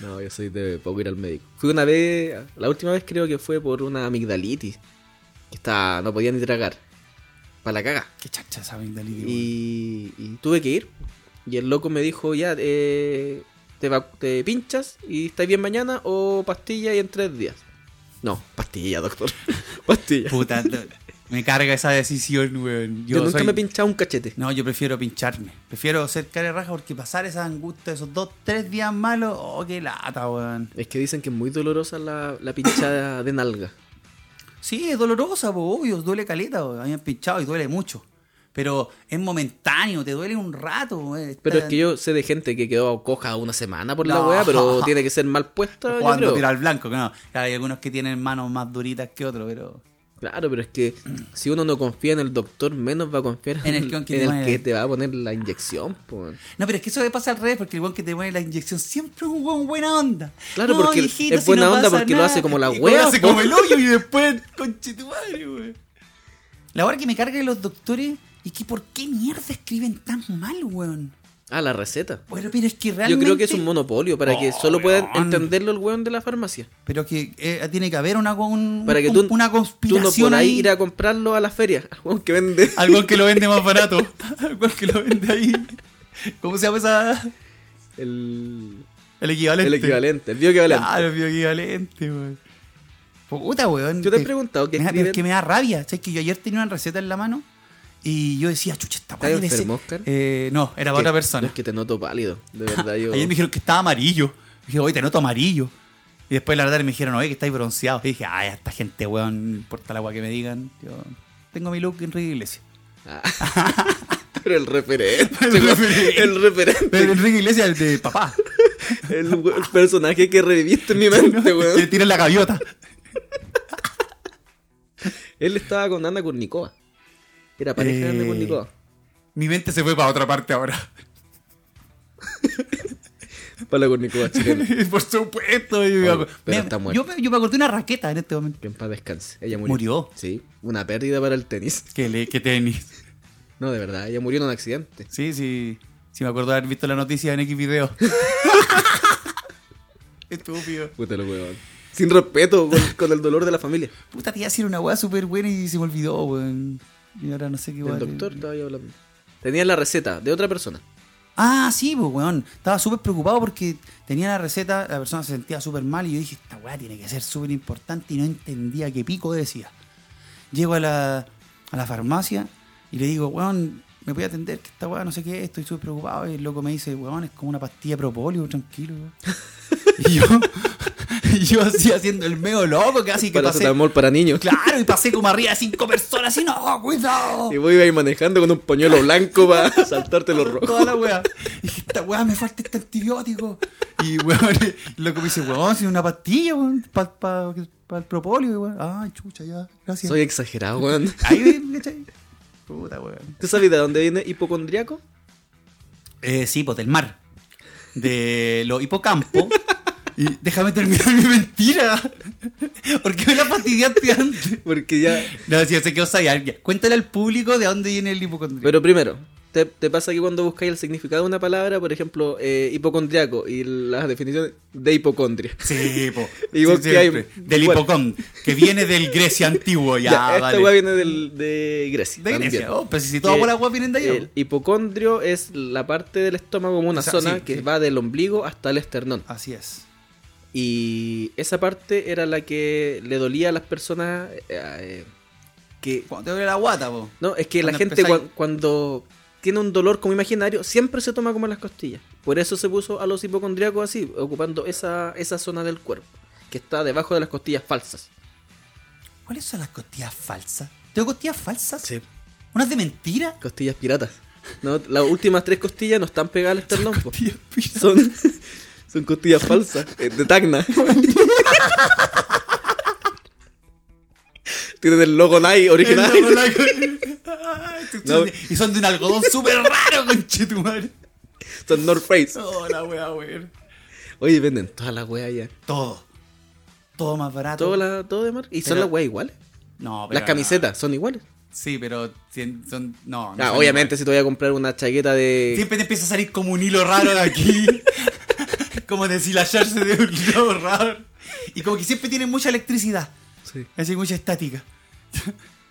A: No, yo soy de poco ir al médico. Fui una vez, la última vez creo que fue por una amigdalitis. Que estaba, no podía ni tragar. Para la caga.
B: Qué chacha esa amigdalitis, weón.
A: Y, y tuve que ir. Y el loco me dijo, ya, eh, te, vac- te pinchas y estás bien mañana o pastilla y en tres días. No, pastilla, doctor. (laughs) pastilla.
B: Puta, no, me carga esa decisión, weón.
A: Yo, nunca
B: soy-
A: me he pinchado un cachete.
B: No, yo prefiero pincharme. Prefiero ser cara de raja porque pasar esa angustia, esos dos, tres días malos, oh, qué lata, weón.
A: Es que dicen que es muy dolorosa la, la (laughs) pinchada de nalga.
B: Sí, es dolorosa, po, obvio, duele caleta, po. a mí me han pinchado y duele mucho. Pero es momentáneo, te duele un rato. po, eh,
A: Pero es
B: está-
A: que yo sé de gente que quedó coja una semana por la
B: No.
A: weá, (laughs) pero tiene que ser mal puesta. yo
B: Jugando
A: creo.
B: tiro al blanco, que no. Claro, hay algunos que tienen manos más duritas que otros, pero.
A: Claro, pero es que si uno no confía en el doctor, menos va a confiar
B: En el que- que te
A: en el
B: pone-
A: que te va a poner la inyección. po, weón.
B: No, pero es que eso le pasa al revés, porque el weón que te pone la inyección siempre es un weón buena onda.
A: Claro,
B: No,
A: porque
B: hijito,
A: es
B: si
A: buena
B: no
A: onda
B: pasa
A: porque lo
B: nada.
A: hace como la
B: Y
A: wea,
B: Lo hace
A: po.
B: como el hoyo y después, conchetumare, weón. La hora que me carga de los doctores y que por qué mierda escriben tan mal, weón.
A: Ah, la receta.
B: Bueno, pero es que
A: Yo
B: realmente.
A: creo que es un monopolio para que
B: Oh,
A: solo puedan
B: weón.
A: entenderlo el weón de la farmacia.
B: Pero que eh, tiene que haber una, un-
A: Para que
B: un-
A: tú,
B: una
A: tú no
B: conspiración
A: podáis
B: ahí.
A: ir a comprarlo a la feria. (laughs) Al weón que vende.
B: Algo que lo vende más barato. (laughs) Algo que lo vende ahí. ¿Cómo se llama esa?
A: El,
B: El equivalente.
A: el equivalente, el bioequivalente.
B: Claro, el bioequivalente, weón. Puta, weón.
A: Yo te he
B: que-
A: preguntado qué
B: me da- pero
A: escriben.
B: es que me da rabia. ¿Sabes que yo ayer tenía una receta en la mano y yo decía, chucha, esta weá
A: ¿Estás
B: debe ser-
A: enfermo, Oscar?
B: Eh, no, era para
A: Que-
B: otra
A: no,
B: persona.
A: Es que te noto pálido. De verdad,
B: (laughs)
A: yo.
B: Ayer me dijeron que estaba amarillo. Dije, oye, te noto amarillo. Y después la verdad me dijeron, oye, que estáis bronceados. Y dije, ay, a esta gente, weón, no importa el agua que me digan. Yo tengo mi look Enrique
A: (laughs)
B: Iglesias.
A: Pero el referente.
B: (laughs) El
A: weón,
B: referente.
A: El referente.
B: Pero Enrique Iglesias es
A: (laughs)
B: de papá.
A: El, we- el personaje que reviviste en mi
B: (laughs)
A: mente,
B: Le
A: Este weón.
B: tiran la gaviota.
A: Él estaba con Ana Kurnikova. Era pareja de
B: Eh.
A: Ana Kurnikova.
B: Mi mente se fue para otra parte ahora.
A: Para la cornicoba chilena.
B: Por (laughs) supuesto.
A: Oye,
B: Yo, me acu-
A: pero
B: Mira,
A: está muerto.
B: yo, me- yo me acordé de una raqueta en este momento.
A: Que en paz descanse. Ella murió.
B: ¿Murió?
A: Sí. Una pérdida para el tenis.
B: Que, le, que tenis.
A: No, de verdad. Ella murió en un accidente.
B: Sí, sí. Sí, me acuerdo de haber visto la noticia en X (laughs) video. Estúpido.
A: Puta lo weón. Sin respeto con, con el dolor de la familia.
B: Puta, te iba a decir una weá súper buena y se me olvidó, weón. Y ahora no sé qué weá.
A: El doctor estaba ahí hablando. Tenía la receta de otra persona.
B: Ah, eh. sí, pues, weón. Estaba súper preocupado porque tenía la receta, la persona se sentía súper mal y yo dije, esta weá tiene que ser súper importante y no entendía qué pico decía. Llego a la, a la farmacia y le digo, weón, me voy a atender, que esta weá no sé qué, estoy súper preocupado. Y el loco me dice, weón, es como una pastilla de propóleo, tranquilo, weón. Y yo, (laughs) y yo así haciendo el medio loco, casi que pasé.
A: Paracetamol para niños.
B: Claro, y pasé como arriba de cinco personas y no, cuidado.
A: Y voy a ir manejando con un pañuelo blanco
B: (laughs)
A: para saltarte los rojos.
B: Toda la weá. (laughs) Y dije, esta weá me falta este antibiótico. Y weón, loco me dice, weón, si una pastilla, weón, para pa, pa el propóleo, y weón. Ah, chucha, ya, gracias.
A: Soy exagerado, weón.
B: Ahí, ¿cachai? Puta weón.
A: ¿Tú sabes de dónde viene hipocondriaco?
B: Eh, sí, pues del mar. De los hipocampos. (laughs) Y déjame terminar mi mentira. (laughs) ¿Por qué me la fastidiaste antes?
A: Porque ya.
B: No, si yo sé que os sabía. Ya, Cuéntale al público de dónde viene el hipocondriaco.
A: Pero primero, ¿te, te pasa que cuando buscáis el significado de una palabra, por ejemplo, eh, hipocondriaco y las definiciones de hipocondria?
B: Sí, po.
A: Y vos
B: Sí,
A: que hay-
B: siempre. Del
A: bueno.
B: hipocón, que viene del Grecia antiguo,
A: (laughs)
B: ya,
A: Ya, esta
B: vale.
A: weá viene del- de Grecia.
B: De
A: también.
B: Grecia, oh, pero si todas
A: Que
B: por las weas vienen de allá.
A: El hipocondrio es la parte del estómago, como una
B: O sea,
A: zona
B: sí,
A: que
B: sí. Ah.
A: va del ombligo hasta el esternón.
B: Así es.
A: Y esa parte era la que le dolía a las personas eh, eh, que...
B: Cuando te duele la guata, po.
A: No, es que la
B: Cuando
A: gente
B: empezáis-
A: cua- cuando tiene un dolor como imaginario, siempre se toma como las costillas. Por eso se puso a los hipocondriacos así, ocupando esa, esa zona del cuerpo, que está debajo de las costillas falsas.
B: ¿Cuáles son las costillas falsas? ¿Tengo costillas falsas? ¿Unas de mentira?
A: (laughs) Costillas piratas. No, las últimas tres costillas no están pegadas al esternón. po.
B: Costillas piratas.
A: Son, son costillas falsas, eh, de Tacna. (laughs) Tienen el logo Nike original.
B: Ay, tú-
A: No.
B: Y son de un algodón súper raro, (laughs) conchetumare.
A: (laughs) Son North Face.
B: Oh, la wea, weón.
A: Oye, venden toda la wea ya.
B: Todo. Todo más barato.
A: Todo, la, todo de marca. Y son
B: Pero-
A: las weas iguales.
B: No, pero
A: Las
B: no.
A: camisetas son iguales.
B: Sí, pero cien- son. No, no
A: Ah,
B: son
A: obviamente, si te voy a comprar una chaqueta de.
B: Siempre te empieza a salir como un hilo raro de aquí. (laughs) como deshilacharse de un hilo raro. Y como que siempre tiene mucha electricidad.
A: Sí.
B: Así mucha estática.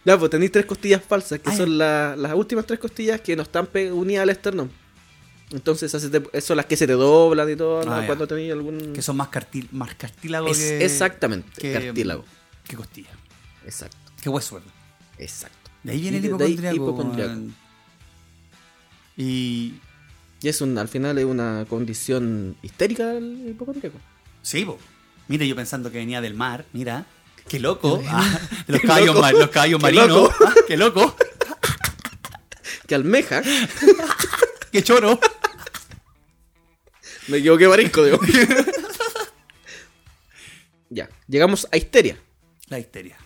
A: Ya, pues tenéis tres costillas falsas, que
B: Ay.
A: son la- las últimas tres costillas que no están pe- unidas al esternón. Entonces, esas se te- esas son las que se te doblan y todo, ¿no?
B: Ah, ya.
A: cuando tenéis algún.
B: Que son más, cartil, más cartílago
A: Es-
B: que.
A: exactamente,
B: que-
A: cartílago.
B: Que costilla.
A: Exacto,
B: Que hueso, ¿verdad?
A: exacto.
B: De ahí viene
A: Y de-
B: el
A: de ahí
B: hipocondriaco.
A: hipocondriaco.
B: weón. Y.
A: Y es un, al final es una condición histérica el hipocondriaco.
B: Sí, po. Mira, yo pensando que venía del mar, mira. Qué loco.
A: (laughs)
B: Ah, de los
A: Qué
B: caballos,
A: loco.
B: mar- los
A: (laughs)
B: caballos
A: Qué
B: marinos.
A: loco.
B: Ah, qué loco.
A: Que almeja,
B: Qué choro.
A: me equivoqué marisco,
B: (laughs)
A: digo. ya, llegamos a histeria.
B: La histeria.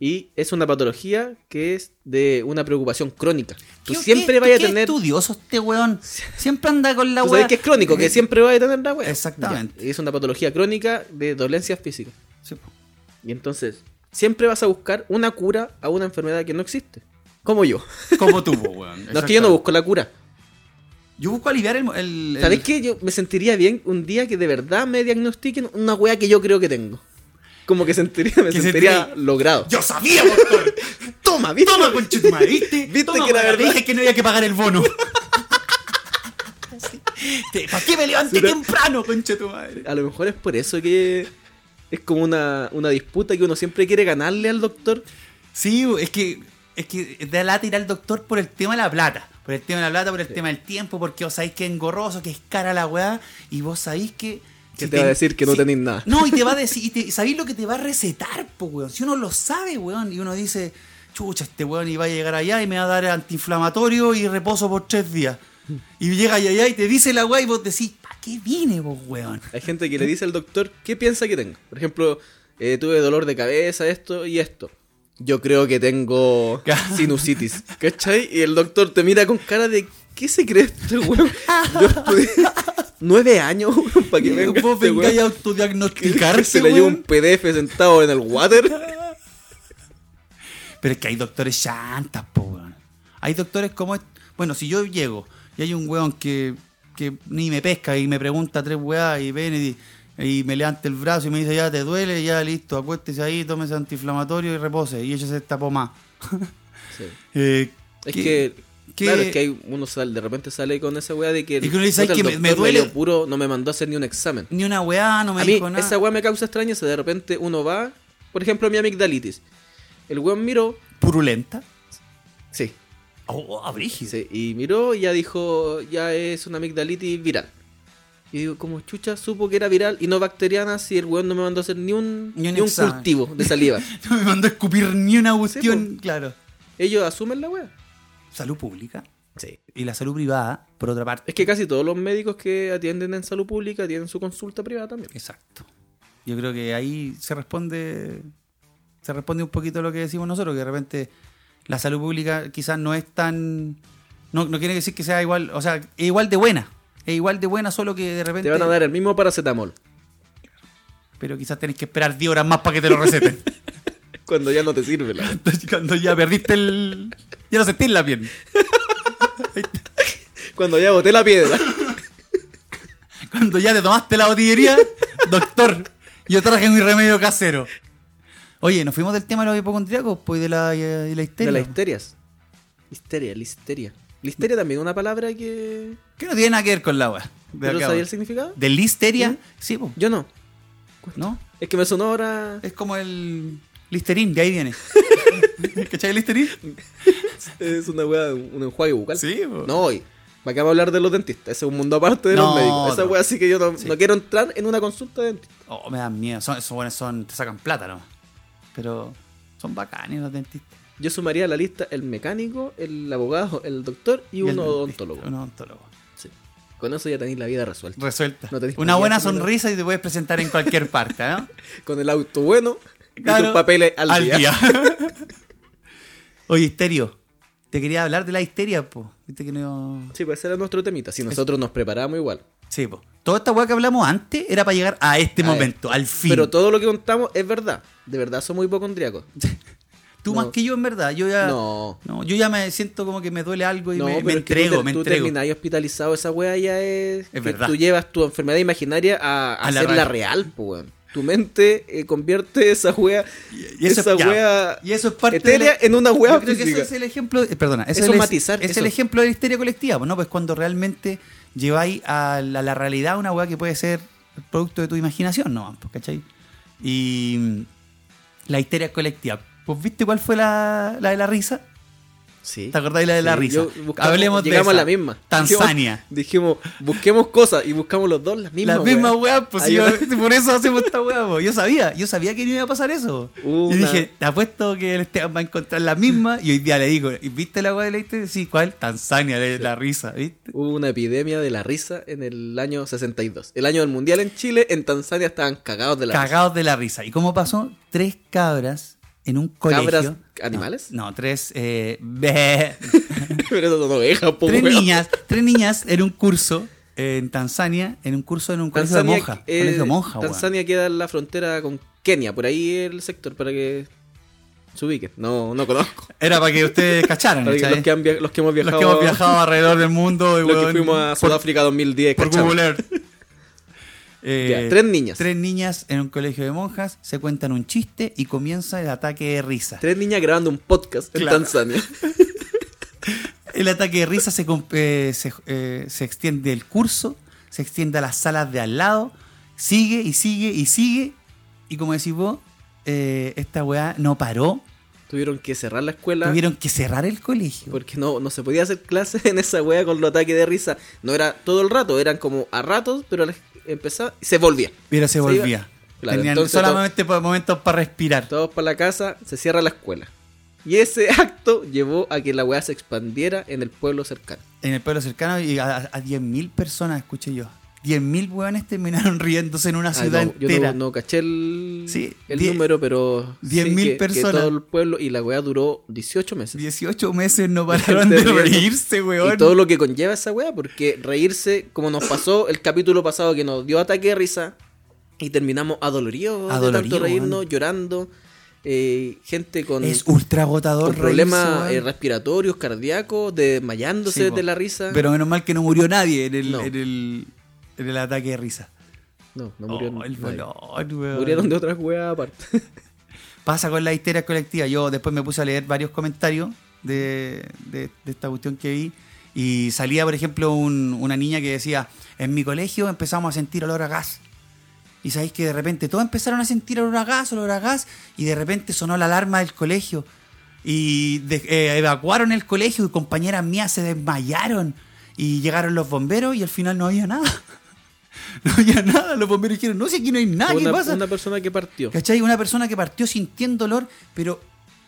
A: Y es una patología que es de una preocupación crónica. Tú
B: ¿Qué-
A: siempre
B: qué-
A: vas a
B: qué
A: tener. Tú
B: estudioso este weón. Siempre anda con la
A: sabes
B: weá.
A: que es crónico, que siempre vas a tener la wea.
B: Exactamente.
A: Ya, Es una patología crónica de dolencias físicas.
B: Sí, po.
A: Y entonces, siempre vas a buscar una cura a una enfermedad que no existe. Como yo.
B: Como tú, po, weón.
A: No es que yo no busco la cura.
B: Yo busco aliviar el. el- el-
A: ¿Sabes qué? Yo me sentiría bien un día que de verdad me diagnostiquen una wea que yo creo que tengo. Como que sentiría, me
B: Que
A: sentiría
B: sentiría-
A: logrado.
B: Yo sabía, doctor.
A: (laughs) Toma, ¿viste?
B: Toma, conchetumare, ¿viste?
A: ¿Viste
B: Toma,
A: que era
B: weón,
A: verdad?
B: Dije que no había que pagar
A: (laughs)
B: el bono. Te- ¿Para qué me levanté
A: Será-
B: temprano, conchetumadre?
A: A lo mejor es por eso que es como una, una disputa que uno siempre quiere ganarle al doctor.
B: Sí, es que. Es que da lata ir al doctor por el tema de la plata. Por el tema de la plata, por el tema del tiempo, porque vos sabéis que es engorroso, que es cara la weá, y vos sabéis que.
A: Que
B: si
A: te va a
B: ten-
A: decir que no
B: si-
A: tenéis nada.
B: No, y te
A: (laughs)
B: va a decir, y te- y sabéis lo que te va a recetar, po, weón. Si uno lo sabe, weón, y uno dice, chucha, este weón iba a llegar allá y me va a dar antiinflamatorio y reposo por tres días. Y llega allá y te dice la weá y vos decís, ¿para qué vine vos, weón?
A: Hay gente que le dice al doctor qué piensa que tengo. Por ejemplo, eh, tuve dolor de cabeza, esto y esto. Yo creo que tengo sinusitis. ¿Cachai? Y el doctor te mira con cara de ¿Qué se cree este weón? Yo estudié nueve años weón, para (laughs) que venga
B: Vos
A: este
B: vengáis a
A: weón. (laughs)
B: autodiagnosticarse,
A: se le lleva
B: weón.
A: un PDF sentado en el water.
B: Pero es que hay doctores chantas, po, weón. Hay doctores como... est- Bueno, si yo llego y hay un weón que, que ni me pesca y me pregunta tres weás y ven y, y me levanta el brazo y me dice, ya te duele, ya listo, acuéstese ahí, tómese antiinflamatorio y repose. Y ella se tapó más.
A: Sí.
B: Eh,
A: Es que.
B: ¿qué- qué-
A: Claro, es que hay, uno sale, de repente sale con esa weá de que.
B: Y que uno dice,
A: puta,
B: "Ay,
A: el
B: que me- me
A: doctor
B: duele".
A: dio puro no me mandó a hacer ni un examen.
B: Ni una weá, no me
A: a mí,
B: dijo nada.
A: esa weá me causa extrañeza. De repente uno va. Por ejemplo, mi amigdalitis. El weón miró.
B: ¿Purulenta?
A: Sí,
B: Oh, oh, brígido.
A: sí, Y miró y ya dijo. Ya es una amigdalitis viral. Y digo, como chucha, supo que era viral y no bacteriana si el weón no me mandó a hacer ni un,
B: Ni un
A: ni un
B: examen.
A: cultivo de
B: (laughs)
A: saliva.
B: (laughs) No me mandó a escupir ni una cuestión,
A: Sí,
B: claro.
A: Ellos asumen la weá.
B: Salud pública
A: Sí.
B: y la salud privada, por otra parte.
A: Es que casi todos los médicos que atienden en salud pública tienen su consulta privada también.
B: Exacto. Yo creo que ahí se responde se responde un poquito a lo que decimos nosotros, que de repente la salud pública quizás no es tan no, no quiere decir que sea igual, o sea, es igual de buena, es igual de buena solo que de repente
A: Te van a dar el mismo paracetamol
B: pero quizás tenés que esperar 10 horas más para que te lo receten.
A: (laughs) cuando ya no te sirve la
B: Cuando ya perdiste el ya no sentís la piel.
A: cuando ya boté la piedra.
B: Cuando ya te tomaste la
A: (laughs)
B: botillería, doctor, yo traje mi remedio casero. Oye, nos fuimos del tema de los hipocondriacos, pues y de la, y la histeria.
A: De las histerias. Histeria, listeria. Listeria también es una palabra que.
B: Que no tiene nada que ver con la wea. De
A: ¿Pero
B: acá,
A: sabía
B: wea.
A: el significado?
B: ¿De listeria?
A: ¿Mm?
B: Sí, po.
A: Yo no.
B: ¿no?
A: Es que me sonó ahora.
B: Es como el listerín, de
A: (laughs)
B: ahí viene. ¿Cachai el listerín?
A: Es una weá, un enjuague bucal.
B: Sí, po.
A: No hoy. Acabamos de hablar de los dentistas. Ese es un mundo aparte de
B: No,
A: los médicos. Esa
B: no.
A: weá sí que yo no,
B: Sí.
A: no quiero entrar en una consulta de dentista.
B: Oh, me dan miedo. Son, esos buenos son, te sacan plata nomás. Pero son bacanes los dentistas.
A: Yo sumaría a la lista el mecánico, el abogado, el doctor y,
B: el
A: un
B: dentista,
A: odontólogo.
B: Un odontólogo.
A: Sí. Con eso ya tenéis la vida resuelta.
B: Resuelta.
A: No tenés
B: Una
A: mañana,
B: buena
A: no tenés-
B: sonrisa y te puedes presentar en cualquier parte, ¿eh? ¿no?
A: Con el auto bueno (laughs) y
B: Claro,
A: tus papeles al, día. (laughs)
B: Oye, histerio. Te quería hablar de la histeria, po. Viste que no.
A: Sí, pues ese era nuestro temita. Si nosotros nos preparamos igual.
B: Sí, po. Toda esta weá que hablamos antes era para llegar a este
A: A
B: momento, al fin.
A: Pero todo lo que contamos es verdad. De verdad somos hipocondríacos.
B: Tú
A: No.
B: más que yo, en verdad. Yo ya.
A: No.
B: No, yo ya me siento como que me duele algo y
A: No,
B: me, me
A: pero es que
B: entrego,
A: tú,
B: me
A: te- tú
B: entrego.
A: terminás hospitalizado, esa weá ya es. que
B: verdad.
A: Tú llevas tu enfermedad imaginaria a, a
B: A la
A: hacerla
B: real.
A: real, pues, weón. Tu mente eh, convierte esa weá.
B: Y eso,
A: esa
B: ya.
A: weá.
B: Y eso es parte
A: etérea en una weá
B: Yo creo que
A: física.
B: ese es el ejemplo, eh, perdona, ese
A: Eso
B: es el,
A: matizar,
B: es
A: eso.
B: el ejemplo de la histeria colectiva, pues, ¿no? Pues cuando realmente lleváis a la, la realidad una weá que puede ser producto de tu imaginación, ¿no? Pues, ¿Cachai? Y mm, la histeria colectiva. Pues viste cuál fue la, la de la risa?
A: Sí.
B: ¿Te acordás de la de la
A: Sí,
B: risa?
A: yo buscamos-
B: Hablemos de
A: Llegamos a
B: esa.
A: la misma.
B: Tanzania.
A: Dijimos, dijimos, busquemos cosas y buscamos los dos las mismas.
B: la misma weá, pues
A: Ahí
B: yo-
A: va.
B: (laughs) por eso hacemos esta weá, po. yo sabía, yo sabía que no iba a pasar eso.
A: Una.
B: Y dije, te apuesto que el Esteban va a encontrar la misma, y hoy día le digo, "¿Y ¿viste la weá de la historia? Sí, ¿cuál? Tanzania, de la risa, ¿viste?
A: Hubo una epidemia de la risa en el año 62. El año del mundial en Chile, en Tanzania estaban cagados de la risa.
B: Cagados de la risa. ¿Y cómo pasó? Tres cabras en un colegio.
A: ¿Cabras animales?
B: No, no, tres, eh, (laughs) be-
A: (laughs) Pero eso son ovejas, po,
B: tres
A: weón.
B: niñas, tres niñas en un curso eh, en Tanzania, en un curso en un colegio de monja.
A: eh,
B: colegio de monja, weón.
A: Tanzania queda en la frontera con Kenia, por ahí el sector, para que se ubiquen. No, no conozco.
B: Era para que ustedes cacharan,
A: Para que
B: ¿cachai?
A: los, que han via- los que hemos viajado,
B: Los que hemos viajado alrededor del mundo. y,
A: los que
B: weón,
A: fuimos a
B: por-
A: Sudáfrica 2010,
B: por
A: cachamos.
B: Google
A: (laughs)
B: Earth. (laughs) Eh,
A: Ya, tres niñas.
B: Tres niñas en un colegio de monjas se cuentan un chiste y comienza el ataque de risa.
A: Tres niñas grabando un podcast
B: Claro.
A: en Tanzania. (laughs)
B: El ataque de risa se, com- eh, se, eh, se extiende el curso, se extiende a las salas de al lado, sigue y sigue y sigue. Y como decís vos, eh, esta weá no paró.
A: Tuvieron que cerrar la escuela.
B: Tuvieron que cerrar el colegio.
A: Porque no, no se podía hacer clases (laughs) en esa wea con los ataques de risa. No era todo el rato, eran como a ratos, pero la- empezaba y se volvía.
B: Pero se
A: iba.
B: volvía.
A: Claro,
B: Tenían
A: entonces to-
B: solamente pa- momentos para respirar.
A: Todos para la casa, se cierra la escuela. Y ese (laughs) acto llevó a que la wea se expandiera en el pueblo cercano.
B: En el pueblo cercano y a, a 10.000 personas, escuché yo. 10.000 hueones terminaron riéndose en una
A: Ah,
B: ciudad
A: no, yo no-
B: entera.
A: no, caché el,
B: Sí,
A: el
B: die-
A: número, pero. sí
B: 10.000
A: que- que
B: personas.
A: todo el pueblo y la weá duró 18 meses.
B: 18
A: (laughs)
B: meses no pararon de
A: Terrible.
B: reírse,
A: Y
B: weón.
A: todo lo que conlleva esa weá, porque reírse, como nos pasó el capítulo pasado que nos dio ataque de risa, y terminamos adoloridos de
B: Adolorido,
A: tanto reírnos,
B: weón.
A: llorando. eh, gente con,
B: Es ultra agotador
A: con problemas
B: reírse,
A: eh,
B: weón.
A: respiratorios, cardíacos, desmayándose
B: Sí, po.
A: de la risa.
B: Pero menos mal que no murió nadie en el,
A: No.
B: en el, en el ataque de risa.
A: no, no murieron.
B: Oh, el
A: nadie.
B: bolón, weón.
A: Murieron de otras weas aparte.
B: (laughs) Pasa con la histeria colectiva. Yo después me puse a leer varios comentarios de, de- de esta cuestión que vi. Y salía, por ejemplo, un- una niña que decía, en mi colegio empezamos a sentir olor a gas. Y sabéis que de repente todos empezaron a sentir olor a gas, olor a gas, y de repente sonó la alarma del colegio. Y de- eh, evacuaron el colegio y compañeras mías se desmayaron. Y llegaron los bomberos y al final no había nada. (laughs) No había nada. Los bomberos dijeron, no sé, aquí no hay nada. Ah, ¿Qué
A: una,
B: pasa?
A: una persona que partió.
B: ¿Cachai? Una persona que partió sintiendo dolor, pero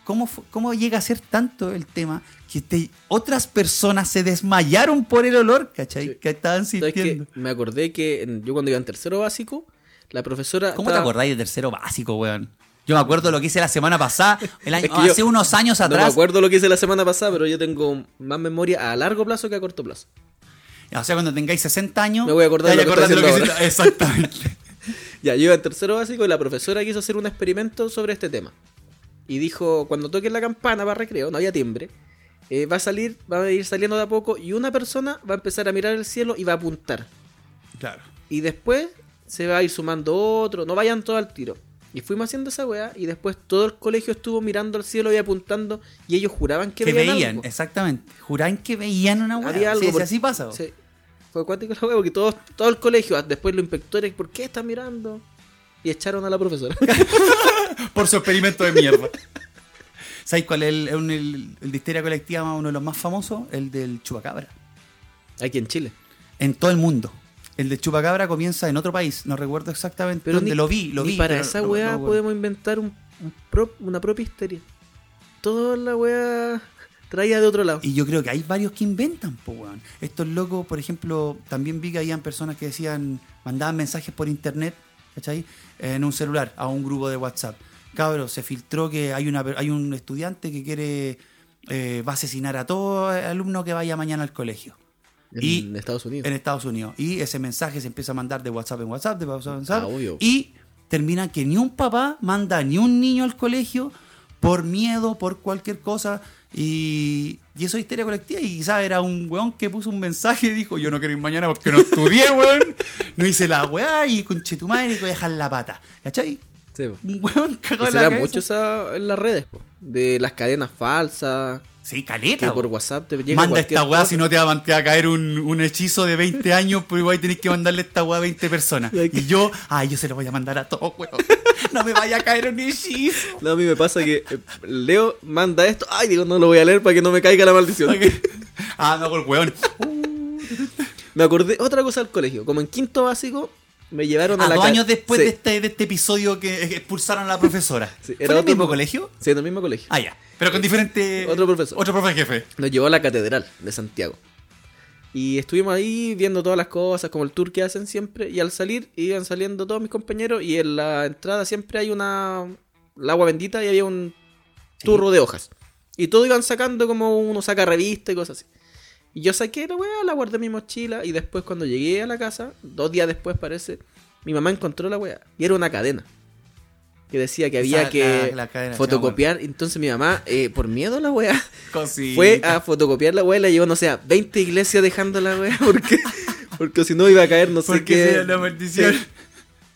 B: ¿cómo, fu- ¿cómo llega a ser tanto el tema que te- otras personas se desmayaron por el olor, ¿cachai?
A: Sí.
B: Que estaban
A: ¿Sabes qué?
B: sintiendo.
A: Me acordé que en- yo cuando iba en tercero básico, la profesora.
B: ¿Cómo te
A: estaba-
B: acordáis de tercero básico, weón? Yo me acuerdo lo que hice la semana pasada, el
A: (laughs)
B: año-
A: Es que yo-
B: hace unos años
A: No me
B: atrás.
A: acuerdo lo que hice la semana pasada, pero yo tengo más memoria a largo plazo que a corto plazo.
B: o sea, cuando tengáis 60 años.
A: Me voy a acordar de
B: te vais
A: lo que estoy
B: acordar de
A: haciendo
B: hiciste- (laughs) Exactamente.
A: Ya, yo iba en tercero básico y la profesora quiso hacer un experimento sobre este tema. Y dijo, cuando toquen la campana para recreo, no había timbre, eh, va a salir, va a ir saliendo de a poco y una persona va a empezar a mirar el cielo y va a apuntar.
B: claro.
A: Y después se va a ir sumando otro, no vayan todos al tiro. Y fuimos haciendo esa weá y después todo el colegio estuvo mirando al cielo y apuntando y ellos juraban que,
B: Que
A: veían,
B: veían,
A: algo.
B: exactamente. Juraban que veían una weá.
A: Había algo.
B: Sí, sí,
A: por-
B: así pasa.
A: sí. Fue acuático (laughs) la wea, porque todo, todo el colegio, ah, después los inspectores, ¿por qué están mirando? Y echaron a la profesora. (laughs)
B: por su experimento de mierda. ¿Sabes cuál es el, el, el- el de histeria colectiva más- uno de los más famosos? El del chupacabra.
A: Aquí en Chile.
B: En todo el mundo. El del chupacabra comienza en otro país, no recuerdo exactamente
A: Pero
B: dónde
A: ni-
B: lo vi, lo
A: ni
B: vi.
A: para
B: pero
A: esa
B: no-
A: weá
B: no me acuerdo.
A: podemos inventar un- un prop- una propia histeria. Toda la weá (laughs) traída de otro lado.
B: Y yo creo que hay varios que inventan, po, weón. Estos locos, por ejemplo, también vi que habían personas que decían, mandaban mensajes por internet, ¿cachai? En un celular, a un grupo de WhatsApp. Cabros, se filtró que hay, una, per- hay un estudiante que quiere, eh, va a asesinar a todo alumno que vaya mañana al colegio. y-
A: en Estados Unidos.
B: en Estados Unidos. Y ese mensaje se empieza a mandar de WhatsApp en WhatsApp, de WhatsApp en WhatsApp.
A: Ah, obvio.
B: Y termina que ni un papá manda ni un niño al colegio por miedo, por cualquier cosa. Y, y eso es histeria colectiva. Y quizás era un weón que puso un mensaje y dijo: Yo no quiero ir mañana porque
A: (laughs)
B: no estudié, weón. No hice la weá y conche tu madre, te voy a dejar la pata. ¿Cachai?
A: Sí, po.
B: Un weón cagó
A: Y
B: en
A: se
B: la
A: da
B: cabeza.
A: mucho esa- en las redes, po. de las cadenas falsas,
B: Sí,
A: que
B: caleta.
A: por
B: weón.
A: WhatsApp te llega
B: Manda
A: cualquier
B: esta weá,
A: cosa.
B: si no te va, a- te va a caer un, un hechizo de 20 años, pero igual tenés que mandarle esta weá a 20 personas. Y yo, ay, yo se lo voy a mandar a todos,
A: (laughs)
B: weón. No me vaya a caer un hechizo.
A: No, a mí me pasa que eh, Leo manda esto. Ay, digo, no lo voy a leer para que no me caiga la maldición.
B: Ah, no, por weón.
A: Me acordé otra cosa del colegio. Como en quinto básico, me llevaron a,
B: A
A: la
B: Ah, dos
A: ca-
B: años después
A: Sí,
B: de, este, de este episodio que expulsaron a la profesora.
A: sí,
B: ¿Fue en el
A: otro-
B: mismo colegio?
A: Sí, en el mismo colegio.
B: Ah, ya. Pero con diferente.
A: Otro profesor.
B: Otro profe jefe.
A: Nos llevó a la catedral de Santiago. Y estuvimos ahí viendo todas las cosas, como el tour que hacen siempre. Y al salir, iban saliendo todos mis compañeros. Y en la entrada siempre hay una. El agua bendita y había un turro de hojas. Y todos iban sacando como uno saca revista y cosas así. Y yo saqué la weá, la guardé en mi mochila. Y después, cuando llegué a la casa, dos días después parece, mi mamá encontró la weá. Y era una cadena. Que decía que había
B: Esa-
A: que
B: la- la cadena, sí,
A: fotocopiar. Entonces mi mamá, eh, por miedo a la weá,
B: Cosita.
A: fue a fotocopiar la weá y la llevó, no sé, a 20 iglesias dejando la weá. (laughs) Porque, porque si no iba a caer, no sé
B: Porque
A: qué.
B: sea la maldición.
A: Sí.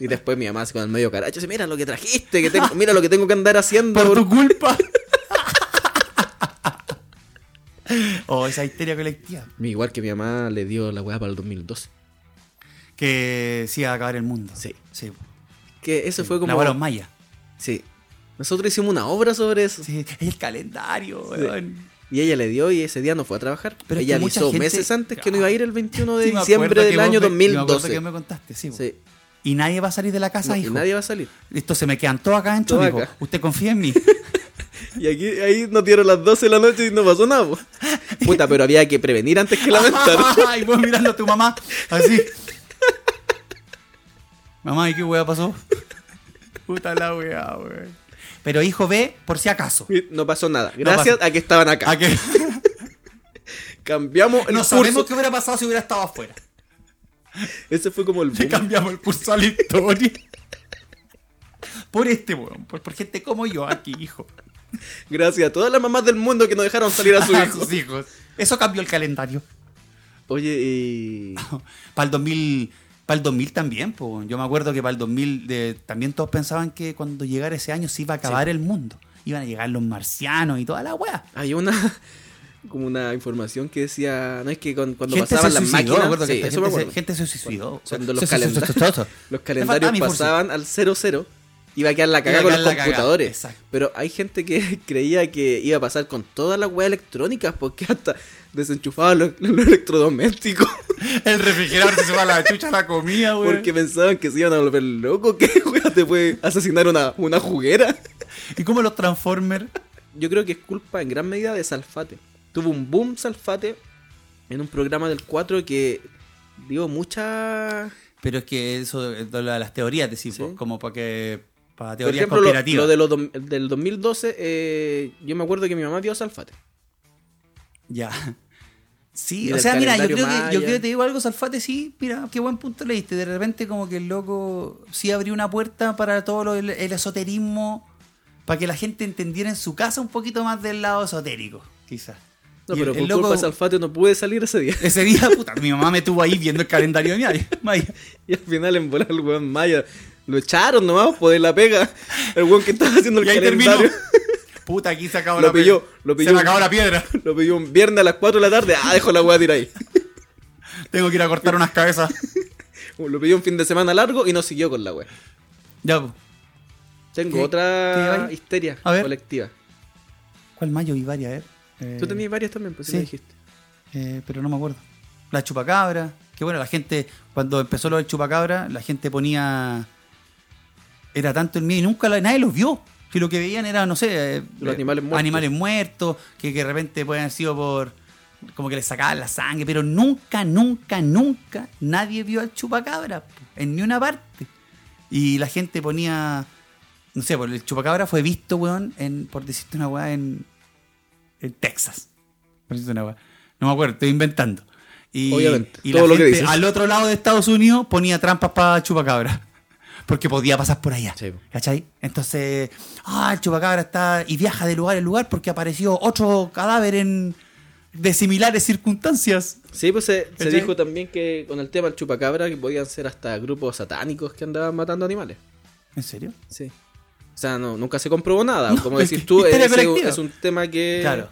A: Y después mi mamá así con el medio caracho, dice, mira lo que trajiste, que
B: (laughs)
A: tengo, mira lo que tengo que andar haciendo.
B: Por
A: por- (laughs)
B: tu culpa. (laughs) oh, esa histeria colectiva.
A: Igual que mi mamá le dio la weá para el 2012.
B: que sí iba a acabar el mundo.
A: Sí.
B: sí.
A: Que eso fue como.
B: La bola maya.
A: Sí. Nosotros hicimos una obra sobre eso.
B: Sí, el calendario, weón.
A: Y ella le dio y ese día no fue a trabajar.
B: Pero es
A: ella
B: que mucha
A: avisó
B: gente- Ah.
A: meses antes que no iba a ir el 21 de
B: Sí, me
A: diciembre
B: acuerdo que
A: del
B: vos
A: año
B: me- me acuerdo
A: 2012.
B: que me contaste, sí.
A: Sí.
B: Y nadie va a salir de la casa,
A: No, y
B: hijo.
A: nadie va a salir.
B: Esto se me quedan todos acá dentro,
A: Todos
B: hijo.
A: acá.
B: Usted
A: (laughs)
B: confía en mí.
A: Y aquí ahí nos dieron las 12 de la noche y no pasó nada. po.
B: (laughs)
A: Puta, pero había que prevenir antes que lamentar.
B: y vos mirando a tu mamá, así. Mamá, ¿y qué weá pasó? Puta la weá, weón. Pero hijo ve, por si acaso.
A: No pasó nada. Gracias a que estaban acá. (laughs)
B: ¿A qué?
A: Cambiamos el
B: No
A: curso.
B: sabemos qué hubiera pasado si hubiera estado afuera.
A: Ese fue como el
B: Le
A: boom.
B: cambiamos el curso a la historia. Por este weón, por, por gente como yo aquí, hijo.
A: Gracias a todas las mamás del mundo que nos dejaron salir
B: (laughs)
A: a su
B: A
A: hijo.
B: sus hijos. Eso cambió el calendario.
A: Oye, y.
B: Para el 2000, para el 2000 también, po. yo me acuerdo que para el 2000 de- también todos pensaban que cuando llegara ese año se iba a acabar el mundo. Iban a llegar los marcianos y toda la weá.
A: Hay una. Como una información que decía. No es que con- cuando
B: Gente
A: pasaban
B: se
A: las
B: suicidó, me acuerdo
A: máquinas.
B: que
A: Sí,
B: esta
A: eso me
B: gente,
A: acuerdo.
B: se, gente se suicidó.
A: Cuando los,
B: Se- se- se-
A: calendar-
B: se- se- se- se-
A: los
B: faltaba
A: calendarios
B: mi fuerza.
A: pasaban al 00, iba a quedar la cagada
B: Iba
A: con
B: a
A: los
B: quedar la cagada,
A: computadores.
B: exacto.
A: Pero hay gente que (laughs) creía que iba a pasar con todas las weas electrónicas, porque hasta desenchufaban los, (laughs) los (laughs) electrodomésticos,
B: (laughs) El refrigerador se va a la chucha la comida, weón.
A: porque pensaban que se iban a volver locos, que (laughs) wea te puede asesinar una, una juguera.
B: ¿Y cómo los Transformers?
A: Yo creo que es culpa en gran medida de Salfate. Tuvo un boom Salfate en un programa del 4 que dio mucha...
B: Pero es que eso, eh, lo de las teorías, decís,
A: Sí.
B: po, como para que. Para
A: Por
B: teorías
A: ejemplo, lo,
B: cooperativas.
A: lo de los dom- del 2012, eh, yo me acuerdo que mi mamá vio Salfate.
B: Ya. (laughs)
A: Y
B: Sí, o
A: del
B: sea, mira, yo
A: calendario
B: creo, que, yo
A: maya.
B: creo que te digo algo, Salfate, sí, mira, qué buen punto le diste. De repente como que el loco sí abrió una puerta para todo lo- el, el esoterismo, para que la gente entendiera en su casa un poquito más del lado esotérico, quizás.
A: No,
B: Y
A: pero
B: el-
A: por
B: el
A: culpa
B: loco-
A: de Salfate no pude salir ese día. (laughs)
B: Ese día, puta, mi mamá me tuvo ahí viendo el calendario de mi área, Maya.
A: Y al final en volar el weón Maya. Lo echaron nomás por la pega. El weón que estaba haciendo el
B: (laughs) Y ahí terminó.
A: calendario. (laughs)
B: Puta, aquí se acabó
A: Lo
B: la piedra.
A: pilló, lo pilló.
B: Se me acabó la piedra.
A: Lo pidió un viernes a las 4 de la tarde. Ah, dejo la weá tirar
B: (laughs)
A: ahí.
B: Tengo que ir a
A: (laughs)
B: cortar unas cabezas.
A: Lo pidió un fin de semana largo y no siguió con la weá.
B: Ya, po.
A: Tengo
B: ¿Qué? ¿Qué
A: otra
B: hay?
A: histeria
B: A ver.
A: colectiva.
B: ¿cuál mayo vi varias? A ver. Eh,
A: Tú tenías varias también, pues si
B: sí.
A: me dijiste.
B: Eh, pero no me acuerdo. La chupacabra, que bueno, la gente, cuando empezó lo del chupacabra, la gente ponía. Era tanto el miedo y nunca la- nadie los vio. Si lo que veían era, no sé, eh,
A: Los
B: eh,
A: animales muertos.
B: animales muertos, que, que de repente pueden haber sido por. como que les sacaban la sangre, pero nunca, nunca, nunca nadie vio al chupacabra, po, en ni una parte. Y la gente ponía. No sé, por el chupacabra fue visto, weón, en, por decirte una weá, en, en Texas. Por decirte una weá. No me acuerdo, estoy inventando. Y,
A: Obviamente,
B: y
A: todo
B: la
A: lo que
B: gente
A: dices.
B: al otro lado de Estados Unidos ponía trampas para chupacabra. (laughs) Porque podía pasar por allá.
A: Sí, po.
B: ¿Cachai? Entonces, ah, el chupacabra está y viaja de lugar en lugar porque apareció otro cadáver en de similares circunstancias.
A: Sí, pues se, se
B: ¿Cachai?
A: dijo también que con el tema del chupacabra que podían ser hasta grupos satánicos que andaban matando animales.
B: ¿En serio?
A: Sí. O sea, no, nunca se comprobó nada.
B: No,
A: Como
B: es
A: decís
B: que
A: tú, es,
B: histeria
A: es un,
B: colectiva.
A: es un tema que.
B: Claro.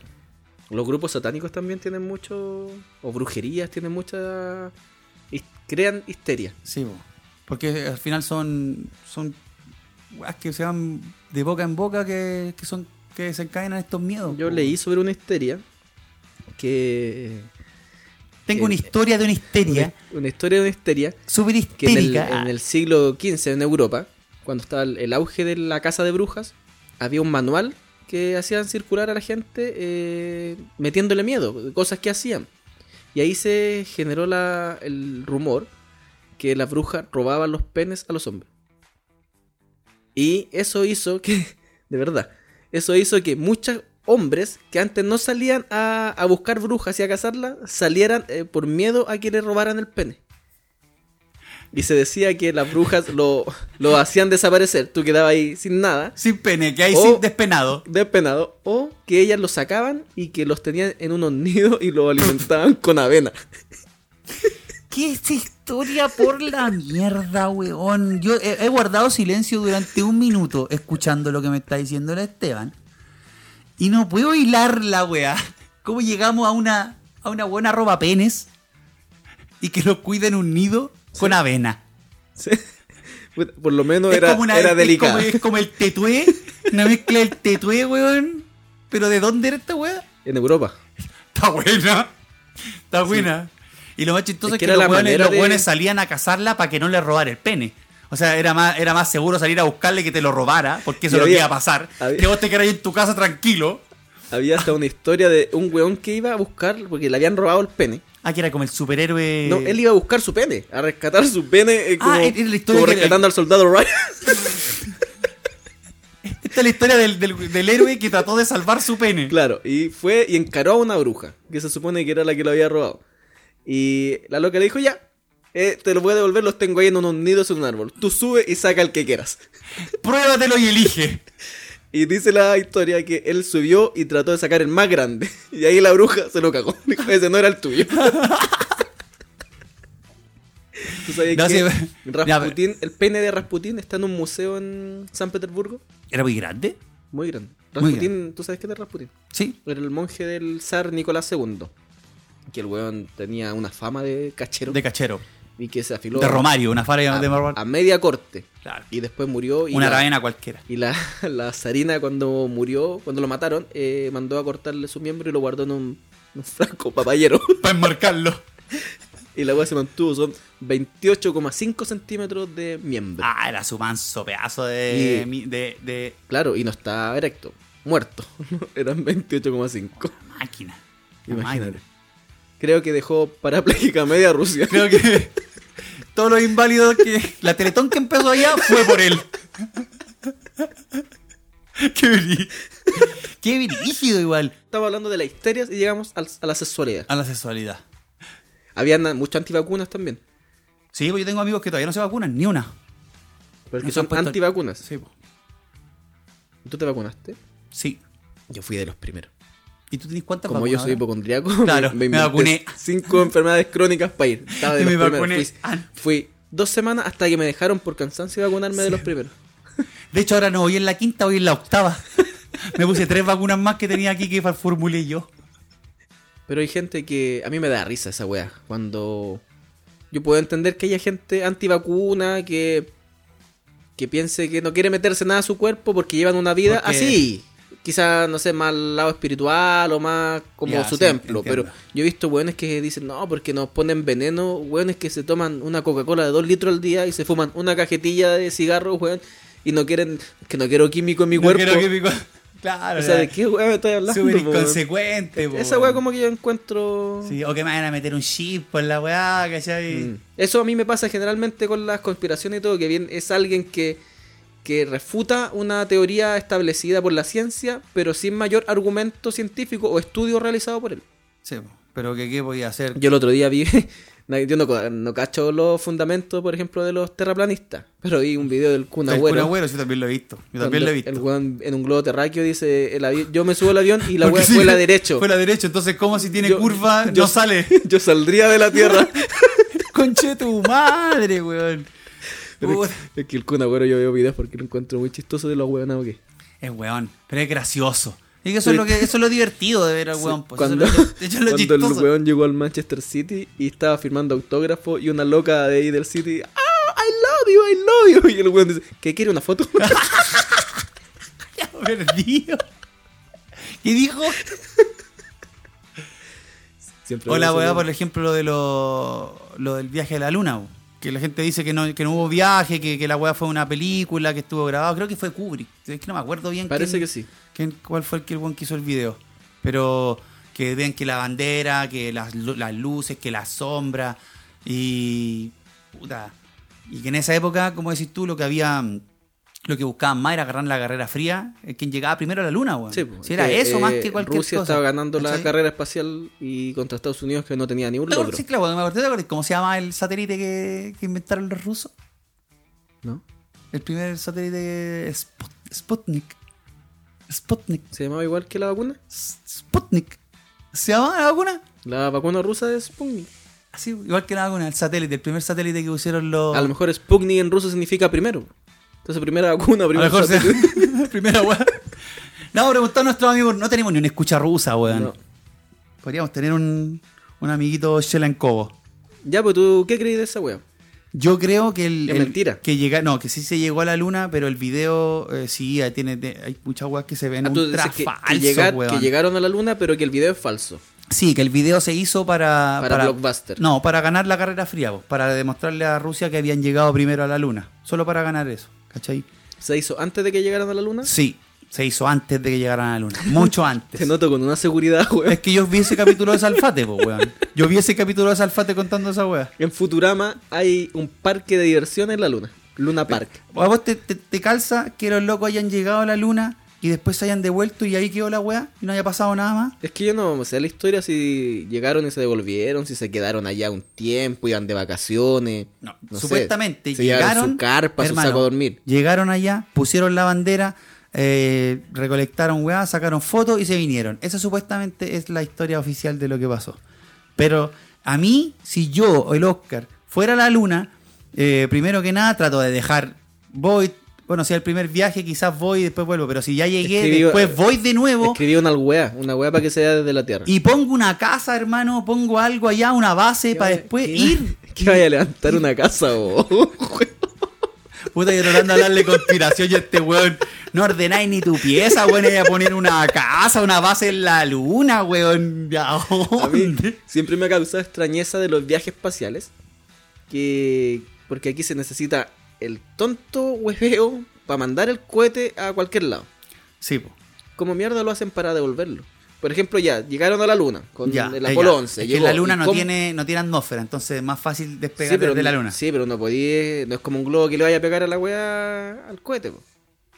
A: Los grupos satánicos también tienen mucho. O brujerías tienen mucha. his- crean histeria.
B: Sí, po. porque al final son son weas que se van de boca en boca que, que son que desencadenan estos miedos.
A: Yo
B: po.
A: leí sobre una histeria que.
B: Tengo una
A: eh,
B: historia de una histeria,
A: Una, una historia de una histeria
B: súper
A: que en el,
B: histérica.
A: en el siglo XV en Europa, cuando estaba el, el auge de la casa de brujas, había un manual que hacían circular a la gente eh, metiéndole miedo, cosas que hacían. Y ahí se generó la, el rumor que las brujas robaban los penes a los hombres. Y eso hizo que, (laughs) de verdad, eso hizo que muchos hombres que antes no salían a, a buscar brujas y a cazarlas, salieran eh, por miedo a que le robaran el pene. Y se decía que las brujas lo, lo hacían desaparecer. Tú quedabas ahí sin nada,
B: Sin pene, que hay
A: O-
B: sin despenado.
A: despenado. O que ellas los sacaban y que los tenían en unos nidos y los alimentaban con avena.
B: ¿Qué es esta historia por la mierda, weón? Yo he, he guardado silencio durante un minuto escuchando lo que me está diciendo el Esteban. Y no puedo hilar la weá. ¿Cómo llegamos a una, a una buena roba penes y que lo cuiden un nido con avena?
A: Sí. Por lo menos era,
B: una-
A: era
B: es
A: delicada.
B: como- es como el tetué, una mezcla del tetué, weón. ¿Pero de dónde era esta weá?
A: En Europa.
B: Está buena. Está buena. Y lo más chistoso
A: Es
B: es
A: que
B: que,
A: era la
B: los, hueones,
A: manera
B: los
A: de-
B: hueones salían a cazarla para que no le robara el pene. O sea, era más, era más seguro salir a buscarle que te lo robara, porque
A: Y
B: eso es lo
A: había-
B: que iba a pasar.
A: había-
B: Que vos te quedáis en tu casa tranquilo.
A: Había hasta una historia de un weón que iba a buscar porque le habían robado el pene.
B: Ah, que era como el superhéroe.
A: No, él iba a buscar su pene, a rescatar su pene eh, como,
B: Ah, era la historia
A: como
B: que-
A: rescatando al soldado Ryan. (laughs)
B: Esta es la historia del, del- del héroe que trató de salvar su pene.
A: Claro, y fue y encaró a una bruja, que se supone que era la que lo había robado. Y la loca le dijo, ya, eh, te los voy a devolver, los tengo ahí en unos nidos en un árbol. Tú sube y saca el que quieras. (laughs)
B: Pruébatelo y elige.
A: Y dice la historia que él subió y trató de sacar el más grande. (laughs) Y ahí la bruja se lo cagó. (laughs) Dijo, ese no era el tuyo. (laughs) ¿Tú sabes
B: No,
A: que
B: sí, (laughs) pero-
A: Rasputín- el pene de Rasputín está en un museo en San Petersburgo?
B: ¿Era muy grande?
A: Muy grande.
B: Muy
A: Rasputín, ¿tú sabes qué es de Rasputín?
B: Sí.
A: Era el monje del zar Nicolás II. Que el weón tenía una fama de cachero.
B: De cachero.
A: y que se afiló
B: De Romario, una fara
A: a,
B: de
A: a
B: Romario.
A: media corte.
B: Claro.
A: Y después murió. Ah, Y
B: Una
A: la- (laughs)
B: rabena cualquiera.
A: Y la, la zarina cuando murió, cuando lo mataron, eh, mandó a cortarle su miembro y lo guardó en un, en un franco (laughs) papayero.
B: Para enmarcarlo.
A: y la weá se mantuvo, son 28,5 centímetros de miembro.
B: Ah, era su manso pedazo de.
A: Y-
B: mi- de, de
A: Claro, y no está erecto, muerto. (laughs) Eran 28,5.
B: máquina. La
A: Imagínate.
B: máquina.
A: Creo que dejó parapléjica a media
B: (laughs)
A: Rusia.
B: Creo que todos los inválidos que. La teletón que empezó allá fue por él. (laughs) Qué brí- Qué brígido igual.
A: Estamos hablando de las histerias y llegamos al- a la sexualidad.
B: A la sexualidad.
A: Había na- muchos antivacunas también.
B: Sí, pues yo tengo amigos que todavía no se vacunan, ni una.
A: Porque
B: No se
A: son
B: han puesto-
A: antivacunas.
B: Sí, po.
A: ¿Tú te vacunaste?
B: sí.
A: Yo fui de los primeros.
B: ¿Y tú tenés cuántas
A: Como yo soy
B: vacunas ahora?
A: hipocondriaco,
B: (laughs) Claro, me
A: inventé
B: vacuné.
A: Cinco enfermedades crónicas para ir. Estaba de
B: (laughs) Y
A: los
B: me
A: primeros.
B: vacuné
A: Fui,
B: antes.
A: fui dos semanas hasta que me dejaron por cansancio de vacunarme de los primeros.
B: De hecho, ahora no, hoy en la quinta, hoy en la octava. (laughs) Me puse tres vacunas más que tenía aquí que formulé yo.
A: Pero hay gente que. A mí me da risa esa weá. Cuando. Yo puedo entender que haya gente antivacuna que. que piense que no quiere meterse nada a su cuerpo porque llevan una vida
B: Porque-
A: así. Quizá, no sé, más al lado espiritual o más como
B: Ya,
A: su
B: sí,
A: templo.
B: entiendo.
A: Pero yo he visto weones que dicen, no, porque nos ponen veneno. Weones que se toman una Coca-Cola de 2 litros al día y se fuman una cajetilla de cigarros, weón. Y no quieren. que no quiero químico en mi
B: No
A: cuerpo.
B: quiero que mi cuer- (laughs) Claro,
A: O sea, ¿de qué weá me estoy hablando?
B: Súper
A: po, weón?
B: inconsecuente, po,
A: Esa weá
B: weón.
A: como que yo encuentro...
B: Sí, o que me van a meter un chip por la weá, ¿cachai?
A: Mm. Eso a mí me pasa generalmente con las conspiraciones y todo, que bien es alguien que, que refuta una teoría establecida por la ciencia, pero sin mayor argumento científico o estudio realizado por él.
B: Sí, po. pero que qué voy a hacer.
A: Yo el otro día vi, (laughs) no, yo no, co- no cacho los fundamentos, por ejemplo, de los terraplanistas, pero vi un video del Kun
B: El
A: Agüero.
B: Kun Agüero, sí, también lo he visto. Yo también
A: cuando
B: lo he
A: El
B: visto.
A: weón en un globo terráqueo dice, el avi- yo me subo al avión y la
B: Porque
A: weá
B: sí,
A: vuela derecho.
B: Fue la derecha, entonces, ¿cómo si tiene
A: Yo- (laughs)
B: curva?
A: yo-
B: no sale.
A: Yo saldría de la Tierra.
B: Conche tu madre, weón.
A: Pero es,
B: (laughs) Puta.
A: que- es que el Kun Agüero yo veo videos porque lo encuentro muy chistoso de los huevonados que...
B: Es weón, pero es gracioso. Y que eso, es lo que, eso es lo divertido de ver al weón. Pues.
A: cuando
B: (laughs) eso es lo, eso
A: (laughs)
B: es lo
A: cuando el
B: chistoso.
A: weón llegó al Manchester City y estaba firmando autógrafo y una loca de ahí del City, ¡Ah, I love you, (laughs) I love you! Y el weón dice, ¿qué quiere una
B: (laughs)
A: foto?
B: Perdido. ¿Qué dijo?
A: Siempre
B: O la
A: veo
B: weá,
A: eso,
B: por ejemplo, lo de lo, lo del viaje a la luna. bo. Que la gente dice que no, que no hubo viaje, que, que la weá fue una película que estuvo grabado. Creo que fue Kubrick. Es que no me acuerdo bien.
A: Parece
B: quién-
A: que sí.
B: quién- cuál fue el que el weón que hizo el video. Pero que vean que la bandera, que las, lu- las luces, que la sombra. Y. Puta. Y que en esa época, como decís tú, lo que había. Lo que buscaban más era agarrar la carrera fría. eh, Quien llegaba primero a la luna, weón.
A: Sí, pues,
B: si era
A: que,
B: eso más
A: eh,
B: que cualquier
A: Rusia
B: cosa.
A: estaba ganando la
B: ¿Cachai?
A: carrera espacial y contra Estados Unidos que no tenía ni un
B: ¿Te acuerdas?
A: logro.
B: Sí, claro, me acordé, te acuerdas ¿Cómo se llama el satélite que, que inventaron los rusos?
A: ¿No?
B: El primer satélite Spot- Sputnik. Sputnik.
A: ¿Se llamaba igual que la vacuna?
B: S- Sputnik. ¿Se llama la vacuna?
A: La vacuna rusa es Sputnik.
B: Así, igual que la vacuna, el satélite, el primer satélite que pusieron los.
A: A lo mejor Sputnik en ruso significa primero. Entonces, primera vacuna,
B: A lo
A: primero.
B: mejor sea- (laughs) primera weá. No, preguntar a nuestros amigos, no tenemos ni una escucha rusa, weón.
A: No.
B: Podríamos tener un, un amiguito Shelankovo.
A: Ya, pues tú, ¿qué crees de esa wea?
B: Yo creo que el.
A: Es
B: el-
A: mentira.
B: Que llega, no, que sí se llegó a la luna, pero el video eh, sí eh, tiene, te- hay muchas weas que se ven
A: Ah, tú
B: ultra
A: dices que, que
B: falso,
A: llegar-
B: weón.
A: que llegaron a la luna, pero que el video es falso.
B: Sí, que el video se hizo para.
A: Para Blockbuster.
B: No, para ganar la carrera fría, vos, para demostrarle a Rusia que habían llegado primero a la luna. Solo para ganar eso, ¿cachai?
A: ¿Se hizo antes de que llegaran a la luna?
B: Sí. se hizo antes de que llegaran a la luna.
A: (laughs)
B: Mucho antes.
A: Te noto con una seguridad, (laughs)
B: Es
A: weón.
B: que yo vi ese capítulo de Salfate, po, weón. Yo vi ese capítulo de Salfate contando esa weá.
A: En Futurama hay un parque de diversión en la luna. Luna Park.
B: ¿A vos te, te- te calza que los locos hayan llegado a la luna y después se hayan devuelto y ahí quedó la weá y no haya pasado nada más?
A: Es que yo no sé la historia si llegaron y se devolvieron, si se quedaron allá un tiempo, iban de vacaciones.
B: No,
A: sé.
B: supuestamente
A: Se llevaron
B: llegaron.
A: su carpa,
B: hermano,
A: su saco a dormir.
B: Llegaron allá, pusieron la bandera, eh, recolectaron weá, sacaron fotos y se vinieron. Esa supuestamente es la historia oficial de lo que pasó. Pero a mí, si yo o el Oscar fuera a la luna, eh, primero que nada trato de dejar. Voy, bueno, si es el primer viaje, quizás voy y después vuelvo. Pero si ya llegué,
A: Escribí-
B: después voy de nuevo.
A: Escribí una weá, una weá para que sea desde la Tierra.
B: Y pongo una casa, hermano, pongo algo allá, una base para después
A: (laughs)
B: ir.
A: Que vaya a levantar una casa, o
B: Puta, yo tratando de darle conspiración y este weón no ordenáis ni tu pieza, weón. Y a poner una casa, una base en la luna, weón. ¿A
A: A mí
B: dónde?
A: siempre me ha causado extrañeza de los viajes espaciales. Que. Porque aquí se necesita el tonto hueveo para mandar el cohete a cualquier lado.
B: Sí, po.
A: ¿Cómo mierda lo hacen para devolverlo? Por ejemplo, ya, llegaron a la luna con
B: Ya,
A: el
B: eh,
A: Apolo
B: ya.
A: 11.
B: Es que
A: llegó,
B: la luna
A: ¿y
B: no
A: cómo-
B: tiene, no tiene atmósfera, entonces es más fácil
A: Sí,
B: despegar
A: pero
B: desde la
A: no-
B: luna.
A: Sí, pero no podí. No es como un globo que le vaya a pegar a la weá al cohete, po.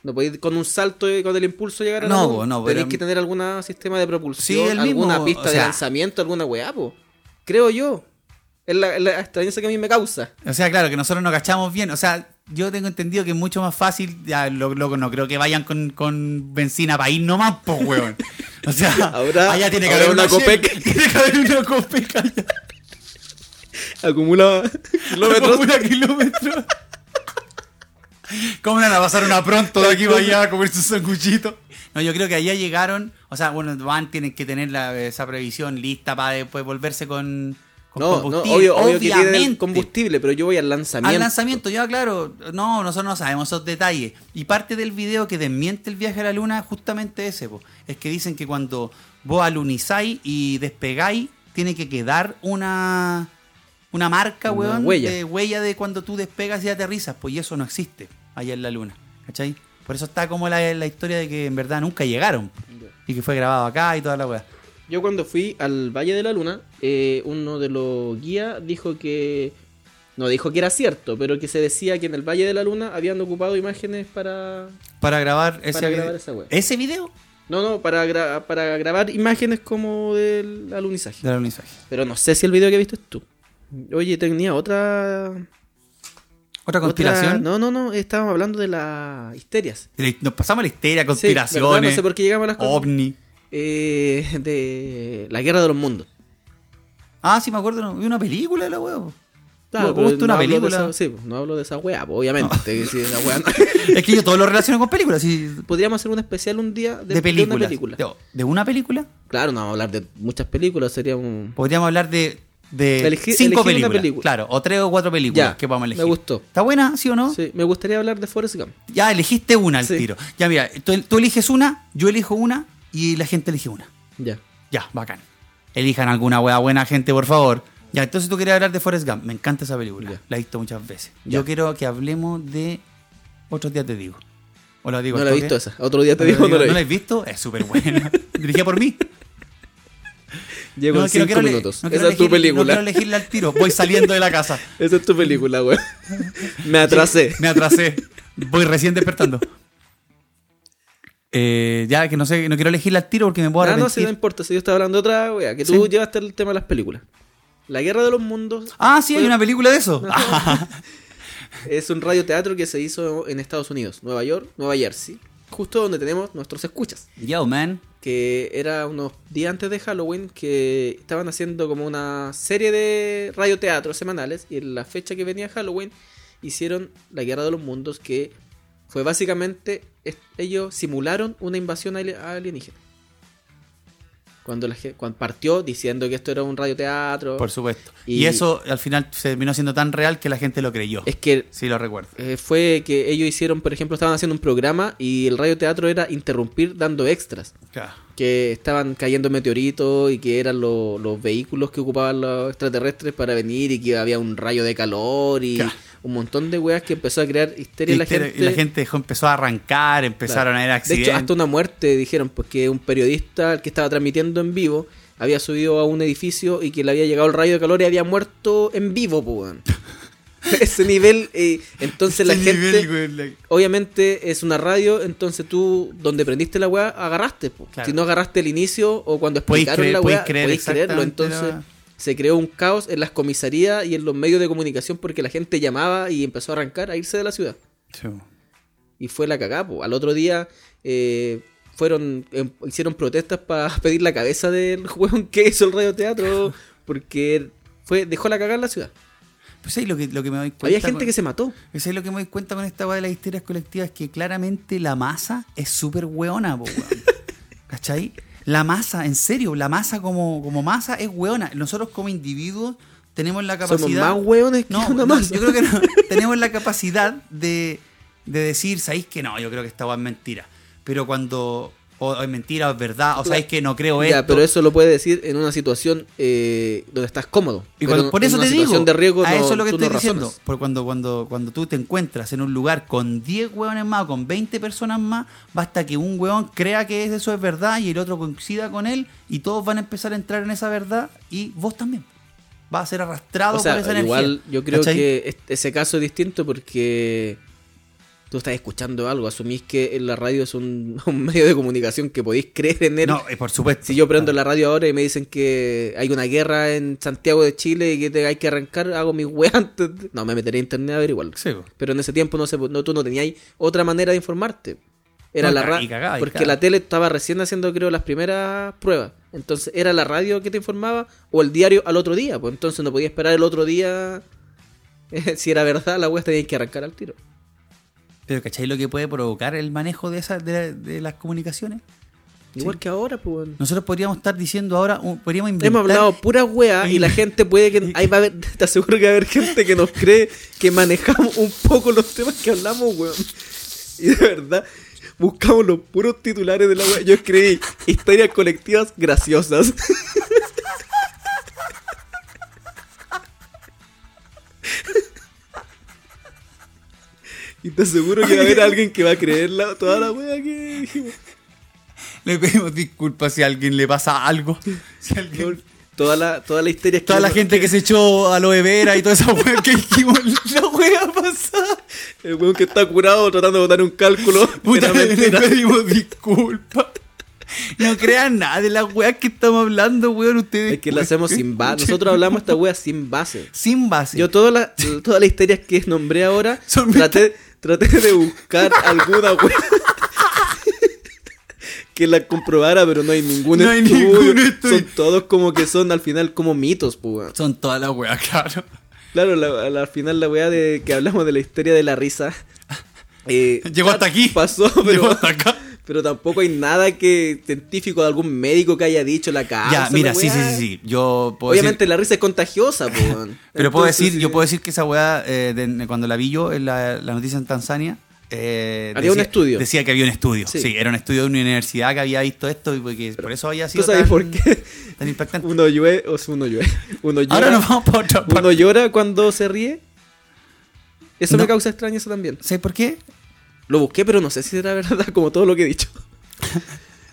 A: No podéis con un salto y con el impulso llegar a la
B: No,
A: luna.
B: po, no,
A: Tenéis
B: pero-
A: que tener algún sistema de propulsión,
B: Sí, el
A: alguna
B: mismo,
A: pista
B: o
A: de
B: sea-
A: lanzamiento, alguna weá, po. Creo yo. Es la, es la extrañeza que a mí me
B: (laughs)
A: causa.
B: O sea, claro, que nosotros no cachamos bien. O sea, yo tengo entendido que es mucho más fácil. Ya, lo- loco, no creo que vayan con, con benzina para ir nomás, po, weón.
A: (laughs)
B: O sea,
A: Habrá-
B: allá tiene que
A: habrá
B: haber
A: una
B: una
A: Copec.
B: Shell, (laughs) Tiene que haber una copec allá.
A: (laughs) Acumula kilómetros.
B: Una kilómetro. ¿Cómo van a pasar una pronto de aquí para allá a comer sus sanguchitos? No, yo creo que allá llegaron. O sea, bueno, van, tienen que tener la- esa previsión lista para después volverse con, con
A: No, no,
B: combustible.
A: obvio, obvio que tiene el
B: Obviamente.
A: combustible, pero yo voy al lanzamiento.
B: Al lanzamiento, ya claro, no, nosotros no sabemos esos detalles. Y parte del video que desmiente el viaje a la luna es justamente ese, po. es que dicen que cuando vos alunizáis y despegáis, tiene que quedar una, una marca,
A: Una
B: weón,
A: huella.
B: de huella de cuando tú despegas y aterrizas, pues y eso no existe allá en la luna, ¿cachai? Por eso está como la, la historia de que en verdad nunca llegaron y que fue grabado acá y toda la weá.
A: Yo cuando fui al Valle de la Luna, eh, uno de los guías dijo que... No dijo que era cierto, pero que se decía que en el Valle de la Luna habían ocupado imágenes para...
B: Para grabar ese
A: Para
B: video.
A: grabar esa weá.
B: ¿Ese video?
A: No, no, para, gra- para grabar imágenes como del alunizaje.
B: Del alunizaje.
A: Pero no sé si el video que viste es tú. Oye, tenía otra... otra-
B: ¿Otra conspiración?
A: No, no, no, estábamos hablando de las histerias.
B: Le- Nos pasamos a la
A: Sí,
B: histeria,
A: ¿verdad?
B: conspiraciones,
A: no sé por qué llegamos a las cosas.
B: ovni.
A: Eh, de la guerra de los mundos.
B: Ah, sí, me acuerdo, no, vi una película de la huevo. Claro,
A: pero
B: gusta una
A: pues, hablo de
B: película.
A: esa- sí, pues, no hablo de esa weá, pues, obviamente. que si esa
B: (laughs)
A: weá no-
B: es que yo todo lo relaciono con películas, sí, de,
A: Podríamos hacer un especial un día de, de
B: películas.
A: una película.
B: De, de una película?
A: Claro, no vamos a hablar de muchas películas, sería un...
B: Podríamos hablar de, de
A: Elegir- elegir
B: cinco
A: una
B: películas.
A: película.
B: Claro, o tres o cuatro películas
A: Ya,
B: que vamos a elegir.
A: me gustó.
B: ¿Está buena, sí o no?
A: Sí, me gustaría hablar de Forrest Gump.
B: Ya elegiste una al
A: Sí.
B: tiro. Ya, mira, tú, tú eliges una, yo elijo una y la gente elige una.
A: Ya.
B: Ya, bacán. Elijan alguna hueá buena, gente, por favor. Ya, entonces tú querías hablar de Forrest Gump. Me encanta esa película.
A: Ya.
B: La he visto muchas veces.
A: Ya.
B: Yo quiero que hablemos de. Otros días te digo. O la digo
A: no
B: al
A: la he
B: toque.
A: visto esa. Otro día te
B: No la
A: digo,
B: digo-
A: no la
B: ¿No la
A: he
B: has visto? Es
A: (laughs)
B: súper buena. Dirigida por mí.
A: visto. Llego
B: No,
A: en
B: que no
A: 5
B: quiero le-
A: minutos.
B: no quiero
A: esa es tu
B: elegir- No
A: película.
B: quiero elegirla al tiro. Voy saliendo de
A: (laughs)
B: la casa.
A: esa es tu película,
B: (laughs)
A: weón. me atrasé.
B: Me atrasé. Voy recién despertando. Eh, ya que no sé, no quiero elegirla al tiro porque me puedo
A: Ah, no,
B: arrepentir.
A: si no importa, si yo estaba hablando de otra weá, que tú
B: Sí.
A: llevaste el tema de las películas. La guerra de los mundos
B: Ah, sí, hay una película de eso.
A: Es un radioteatro que se hizo en Estados Unidos, Nueva York, Nueva Jersey, justo donde tenemos nuestros escuchas,
B: (laughs) Yo, man.
A: que era unos días antes de Halloween que estaban haciendo como una serie de radioteatros semanales y en la fecha que venía Halloween hicieron la Guerra de los Mundos que fue básicamente es- ellos simularon una invasión ali- alienígena. Cuando, la, ge- cuando partió diciendo que esto era un radioteatro,
B: Por supuesto.
A: Y-
B: Y, eso al final se terminó siendo tan real que la gente lo creyó.
A: es que
B: Sí, lo recuerdo.
A: eh, fue que ellos hicieron, por ejemplo, estaban haciendo un programa y el radioteatro era interrumpir dando extras. que estaban cayendo meteoritos y que eran lo- los vehículos que ocupaban los extraterrestres para venir y que había un rayo de calor y
B: Claro.
A: un montón de weas que empezó a crear histeria
B: Y
A: en la
B: este-
A: gente.
B: y la gente dejó- empezó a arrancar, empezaron
A: Claro.
B: a haber accidentes.
A: De hecho, hasta una muerte dijeron, pues que un periodista, el que estaba transmitiendo en vivo, había subido a un edificio y que le había llegado el rayo de calor y había muerto en vivo, pues. weón. (laughs) Ese nivel, eh, entonces la
B: Este
A: gente,
B: nivel, güey, la-
A: obviamente es una radio, entonces tú, donde prendiste la weá, agarraste, pues.
B: Claro.
A: Si no agarraste el inicio o cuando
B: Podéis
A: explicaron
B: creer-
A: la
B: podéis
A: weá,
B: creer
A: podéis creerlo,
B: exactamente
A: entonces...
B: la-
A: Se creó un caos en las comisarías y en los medios de comunicación porque la gente llamaba y empezó a arrancar, a irse de la ciudad.
B: Sí.
A: Y fue la cagá, po. Al otro día eh, fueron em, hicieron protestas para (laughs) pedir la cabeza del (laughs) hueón que hizo el radioteatro porque fue dejó la cagá en la ciudad.
B: Pues ahí lo que, lo que me doy cuenta.
A: Había gente
B: con-
A: que se mató.
B: pues ahí lo que me doy cuenta con esta weá de las histerias colectivas es que claramente la masa es súper weona, po,
A: (laughs)
B: weón. ¿Cachai? La masa, en serio, la masa como, como masa es weona. Nosotros como individuos tenemos la capacidad.
A: Somos más hueones que
B: No,
A: una
B: no,
A: más.
B: yo creo que no. (laughs) tenemos la capacidad de, de decir, ¿sabéis que no? Yo creo que esta weá es mentira. Pero cuando. O, o es mentira, o es verdad, o sabéis que no creo
A: Ya,
B: esto.
A: pero eso lo puedes decir en una situación eh, donde estás cómodo.
B: Y
A: Pero
B: cuando-
A: en-
B: por
A: en
B: eso
A: una
B: te
A: situación
B: digo,
A: de riesgo
B: a
A: no-
B: eso es lo que
A: tú
B: estoy
A: no
B: diciendo.
A: razonas.
B: Por cuando, cuando, cuando tú te encuentras en un lugar con 10 hueones más o con 20 personas más, basta que un hueón crea que eso es verdad y el otro coincida con él y todos van a empezar a entrar en esa verdad y vos también. Vas a ser arrastrado
A: O sea,
B: por esa
A: igual
B: energía.
A: yo creo
B: ¿Cachai?
A: que este- ese caso es distinto porque tú estás escuchando algo, asumís que en la radio es un, (laughs) un medio de comunicación que podéis creer en él.
B: No, eh, por supuesto.
A: Si yo prendo la radio ahora y me dicen que hay una guerra en Santiago de Chile y que te- hay que arrancar, hago (laughs) mis weas antes. de- No, me meteré a internet a averiguarlo.
B: Sí, po.
A: Pero en ese tiempo no, se, po- no tú no tenías otra manera de informarte. Era
B: No,
A: la
B: ca- y
A: radio.
B: cagá, y
A: Porque
B: cagá.
A: la tele estaba recién haciendo, creo, las primeras pruebas. Entonces, era la radio que te informaba o el diario al otro día. Pues entonces no podía esperar el otro día. (laughs) si era verdad, la wea tenía que arrancar al tiro.
B: Pero ¿cachai lo que puede provocar el manejo de, esas de, de las comunicaciones?
A: Igual que ahora, pues. weón.
B: Nosotros podríamos estar diciendo ahora, un- podríamos inventar...
A: Hemos hablado pura weá y la gente puede que. Ahí va a haber, (laughs) te aseguro que va a haber gente que nos cree que manejamos un poco los temas que hablamos, weón. Y de verdad, buscamos los puros titulares de la weá. Yo escribí historias colectivas graciosas. (laughs) Y te aseguro que va a haber alguien que va a creer la- toda la weá que dijimos.
B: Le pedimos disculpas si a alguien le pasa algo. (laughs) Si alguien...
A: Toda la, toda la histeria
B: Toda la
A: escribió-
B: gente que se echó a lo de vera y toda esa weá que dijimos, (laughs)
A: (laughs)
B: la weá pasada.
A: El weón que está curado tratando de botar un cálculo.
B: (laughs) Puta,
A: Era
B: le
A: mentira.
B: pedimos disculpas. No crean nada de las weas que estamos hablando, weón, ustedes.
A: Es que lo hacemos sin
B: (laughs)
A: base. Nosotros hablamos esta wea sin base.
B: sin base.
A: Yo todas las todas las histerias que nombré ahora
B: (laughs) Son
A: traté, traté de
B: (laughs)
A: buscar alguna wea (laughs) que la comprobara, pero no hay ningún
B: No hay
A: estudio.
B: ningún estudio.
A: Son todos como que son al final como mitos, pues. weón.
B: Son todas las weas, claro.
A: Claro, la- la- al final la wea de que hablamos de la histeria de la
B: (laughs)
A: risa. eh,
B: Llegó hasta aquí.
A: Pasó, pero.
B: (laughs) Llegó hasta acá.
A: Pero tampoco hay nada que científico de algún médico que haya dicho la causa.
B: ya, mira,
A: Ah, la
B: sí, sí,
A: weá.
B: sí, sí. Yo puedo
A: Obviamente
B: decir-
A: la risa es contagiosa, po, weón.
B: (laughs) pero puedo
A: Entonces,
B: decir, yo
A: eh,
B: puedo decir que esa weá, eh, de- cuando la vi yo en la, la noticia en Tanzania. eh,
A: Había un estudio.
B: Decía que había un estudio.
A: Sí.
B: Sí. era un estudio de una universidad que había visto esto y porque por eso había sido.
A: ¿Tú sabes
B: tan-
A: por qué? (laughs)
B: Tan impactante.
A: Uno llueve, o sea, uno llueve. Uno llora,
B: Ahora nos vamos para otra
A: uno
B: parte.
A: llora cuando se ríe. Eso me
B: No.
A: causa extrañeza también.
B: ¿Sabes por qué?
A: Lo busqué, pero no sé si era (laughs) verdad, como todo lo que he
B: (laughs)
A: dicho.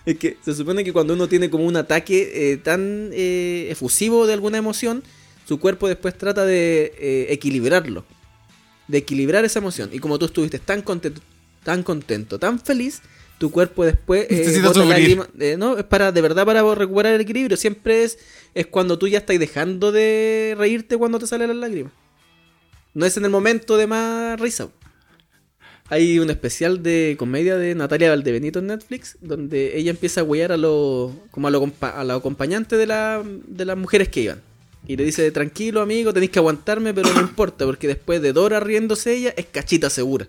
A: es que se supone que cuando uno tiene como un ataque eh, tan eh, efusivo de alguna emoción, su cuerpo después trata de eh, equilibrarlo. De equilibrar esa emoción. Y como tú estuviste tan contento, tan, contento, tan feliz, tu cuerpo después...
B: Necesita
A: bota
B: sufrir.
A: lágrima- eh, no, es para, de verdad, para recuperar el equilibrio. Siempre es, es cuando tú ya estás dejando de reírte cuando te salen las lágrimas. No es en el momento de más risa. Hay un especial de comedia de Natalia Valdebenito en Netflix, donde ella empieza a huear a los como a los compa- a los acompañantes de, la, de las mujeres que iban. Y le dice, tranquilo amigo, tenéis que aguantarme, pero
B: (coughs)
A: no importa, porque después de Dora riéndose ella, es cachita
B: (laughs)
A: segura.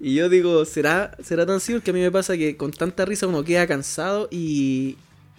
A: Y yo digo, ¿será, será tan cierto que a mí me pasa que con tanta risa uno queda cansado y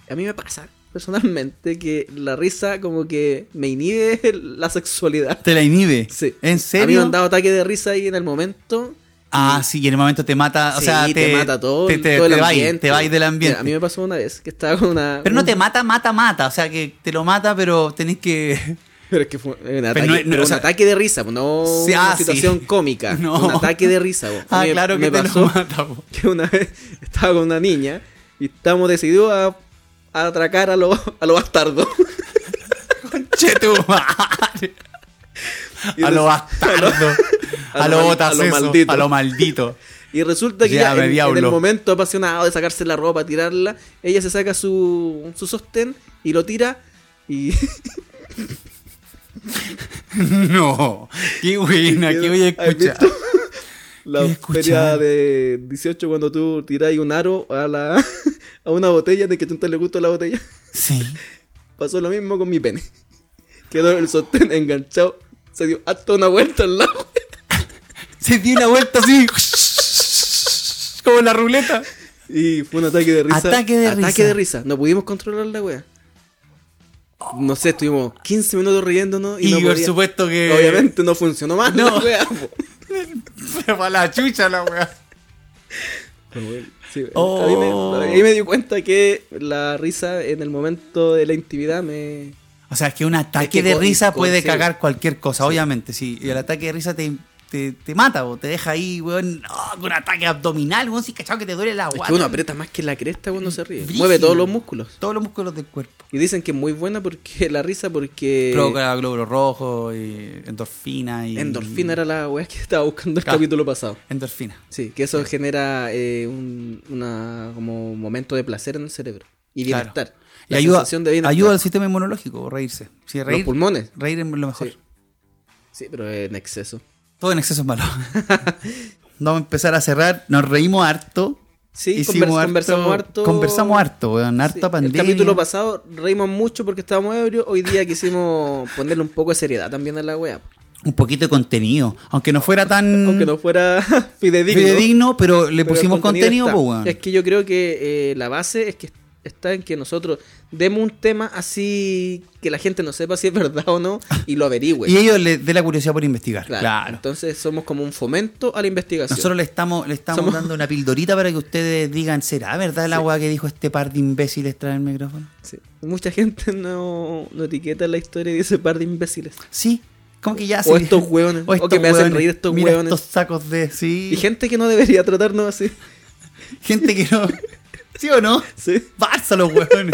A: a mí me pasa personalmente que la risa como que me inhibe (laughs) la sexualidad.
B: Te la inhibe.
A: Sí. A
B: ¿En
A: mí me
B: serio?
A: han dado ataques de risa ahí en el momento
B: Ah, sí, y en el momento te mata, Ah, o
A: Sí,
B: sea,
A: te, mata todo,
B: te,
A: el-
B: te-
A: todo el
B: te vais,
A: ambiente.
B: te vais del ambiente.
A: Mira, a mí me pasó una vez que estaba con una.
B: Pero no te
A: un-
B: mata, mata, mata. O sea, que te lo mata, pero tenés que.
A: (laughs) Pero es que fue un ataque,
B: no es- no,
A: pero
B: o
A: un
B: sea-
A: ataque de risa, no
B: Sí, ah,
A: una
B: sí. (laughs)
A: situación cómica.
B: No.
A: Un ataque de risa. po.
B: (laughs) Ah,
A: Me-
B: claro que
A: me
B: te
A: pasó
B: lo mata. po.
A: (laughs) que una vez estaba con una niña y estábamos decididos a, a atracar a los a lo
B: (laughs)
A: bastardos. (laughs)
B: Che, tu madre.
A: Y
B: (laughs) A
A: res-
B: lo bastardo.
A: a
B: A
A: lo
B: lo
A: mal-
B: botas
A: a lo
B: eso,
A: maldito.
B: A lo maldito. (laughs)
A: Y resulta que ya
B: Llame,
A: en- en,
B: diablo.
A: el momento apasionado de sacarse la ropa, tirarla, ella se saca su, su sostén y lo tira y (laughs)
B: No. Qué buena, qué voy a
A: ¿Has
B: escuchar. (laughs)
A: visto? la
B: ¿Qué escuchar?
A: feria de 18 cuando tú tiráis un aro a la (laughs) a una botella de que tú le gusta la botella.
B: Sí.
A: Pasó lo mismo con mi pene. Quedó el sostén enganchado. Se dio hasta una vuelta al lado.
B: Se dio una vuelta así. (laughs) Como la ruleta.
A: Y fue un ataque de risa.
B: Ataque de
A: Ataque
B: risa.
A: de risa. No pudimos controlar la wea. No sé, estuvimos 15 minutos riéndonos y,
B: Y,
A: no
B: por
A: podía-
B: supuesto que. (laughs)
A: Obviamente no funcionó más la wea. po.
B: Se va la chucha la weá.
A: Sí,
B: Oh.
A: a mí me- ahí me di cuenta que la risa en el momento de la intimidad me...
B: O sea, que un ataque
A: Es que
B: de
A: con-
B: risa
A: con-
B: puede
A: sí.
B: cagar cualquier cosa, obviamente, sí. Y el ataque de risa te, te, te mata, o te deja ahí, weón, ah, con un ataque abdominal, weón, sí, cachado que te duele la
A: Es
B: guata.
A: que uno aprieta más que la cresta cuando se ríe.
B: Brígido.
A: Mueve todos los músculos.
B: Todos los músculos del cuerpo.
A: Y dicen que es muy buena porque (laughs) la risa porque...
B: Provoca glóbulos rojos, y endorfina y...
A: Endorfina era la weá que (laughs) estaba buscando el
B: Claro.
A: capítulo pasado.
B: Endorfina.
A: Sí, que eso genera eh, un una, como momento de placer en el cerebro y
B: Claro.
A: bienestar.
B: Y
A: La
B: ayuda,
A: sensación de bienestar.
B: ayuda al sistema inmunológico, reírse. Sí,
A: los
B: reír,
A: pulmones.
B: reír es lo mejor.
A: Sí. Sí, pero en exceso.
B: Todo en exceso
A: (laughs)
B: es malo. Vamos a empezar a cerrar. Nos reímos harto.
A: Sí,
B: Hicimos
A: convers- conversamos harto.
B: Conversamos harto, weón.
A: Sí,
B: Harta
A: el
B: pandemia.
A: capítulo pasado reímos mucho porque estábamos ebrios. Hoy día quisimos (laughs) ponerle un poco de seriedad también a la wea.
B: un poquito de contenido. Aunque no fuera tan
A: Aunque no fuera (laughs) fidedigno.
B: Mm. fidedigno, pero le
A: pero el
B: pusimos contenido,
A: está.
B: pues, weón.
A: Es que yo creo que eh, la base es que está en que nosotros demos un tema así que la gente no sepa si es (laughs) verdad o no y lo averigüe.
B: Y ellos les dé la curiosidad por investigar. Claro.
A: Claro. Entonces somos como un fomento a la investigación.
B: Nosotros le estamos, le estamos
A: Somos-
B: dando una pildorita para que ustedes digan, ¿será verdad la agua que dijo este par de imbéciles tras el micrófono?
A: Sí. Mucha gente no, no etiqueta la historia y dice par de imbéciles.
B: Sí. Como que ya
A: O estos hueones. O que me hacen reír estos
B: Mira
A: hueones.
B: estos sacos de... Sí.
A: Y gente que no debería tratarnos así. (laughs)
B: gente que no... ¿Sí o no?
A: Sí.
B: Barça los hueones.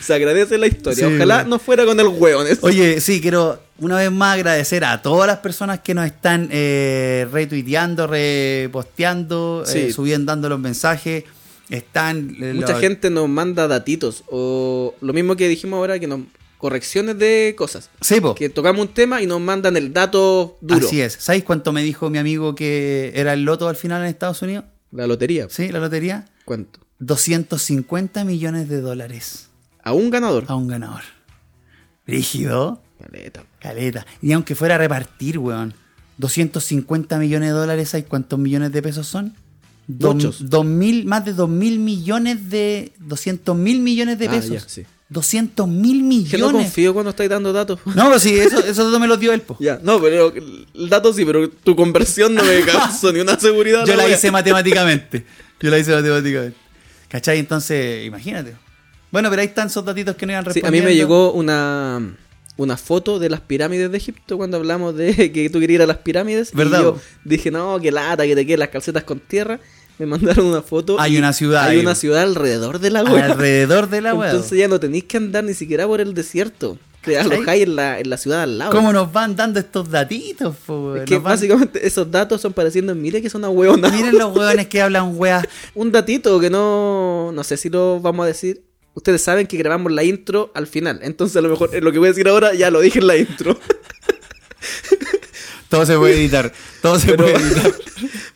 A: Se agradece la historia.
B: Sí,
A: Ojalá
B: weón.
A: no fuera con el hueón. ese.
B: Oye, sí, quiero una vez más agradecer a todas las personas que nos están eh, retuiteando, reposteando, eh,
A: Sí.
B: subiendo, dando los mensajes. Están. eh,
A: Mucha
B: los-
A: gente nos manda datitos. O lo mismo que dijimos ahora, que nos correcciones de cosas.
B: Sí, po.
A: Que tocamos un tema y nos mandan el dato duro.
B: Oh. Así es. ¿Sabéis cuánto me dijo mi amigo que era el loto al final en Estados Unidos?
A: La lotería. pues,
B: Sí, la lotería.
A: ¿Cuánto?
B: 250 millones de dólares
A: A un ganador.
B: a un ganador. Rígido.
A: Caleta.
B: Caleta. Y aunque fuera a repartir, weón. 250 millones de dólares, ¿sabes cuántos millones de pesos son? Dos-
A: Muchos.
B: dos mil, más de 2 mil millones de... 200 mil millones de
A: Ah,
B: pesos.
A: ya, sí.
B: 200 mil
A: Es Que no
B: millones.
A: confío cuando estáis dando datos.
B: No, pero sí, eso, eso todo me lo dio el po.
A: (laughs) Ya, no, pero el dato sí, pero tu conversión no
B: (laughs)
A: me causó ni una seguridad.
B: Yo la
A: wea.
B: hice matemáticamente. Yo la hice matemáticamente. ¿Cachai? Entonces, imagínate. Bueno, pero ahí están esos datitos que no iban
A: Sí, a
B: respondiendo.
A: mí me llegó una, una foto de las pirámides de Egipto cuando hablamos de (laughs) que tú querías ir a las pirámides. y
B: ¿Verdad,
A: yo
B: vos?
A: dije, no, que lata, que te queden las calcetas con tierra. Me mandaron una foto.
B: Hay
A: y
B: una ciudad
A: Hay
B: ahí,
A: una
B: vos.
A: ciudad alrededor de la wea.
B: (laughs) Alrededor de la weá.
A: Entonces ya no tenéis que andar ni siquiera por el desierto. Te
B: ¿Cachai?
A: alojáis en la, en la ciudad al lado.
B: ¿Cómo nos van dando estos datitos,
A: Es
B: po? weón?
A: que
B: Nos van-
A: básicamente esos datos son pareciendo, mire que son una hueona.
B: Miren los hueones que hablan weas.
A: (laughs) Un datito que no. No sé si lo vamos a decir. Ustedes saben que grabamos la intro al final. Entonces, a lo mejor eh, lo que voy a decir ahora ya lo dije en la intro.
B: Todo se puede editar. Todo se puede editar.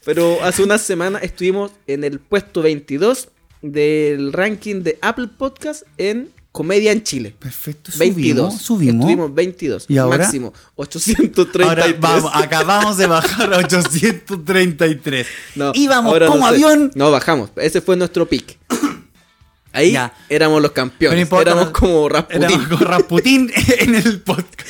A: Pero hace una semana estuvimos en el puesto 22 del ranking de Apple Podcast en Comedia en Chile.
B: Perfecto. Subimos.
A: 22.
B: Subimos.
A: Estuvimos 22.
B: ¿Y ahora?
A: Máximo. 833.
B: Ahora vamos, acabamos de bajar a 833.
A: No,
B: Íbamos
A: ahora
B: como
A: no sé.
B: avión.
A: No, bajamos. Ese fue nuestro pick. Ahí
B: Ya.
A: éramos los campeones.
B: Pero no importa,
A: éramos
B: no-
A: como Rasputin. (laughs)
B: Éramos con Rasputín en el podcast.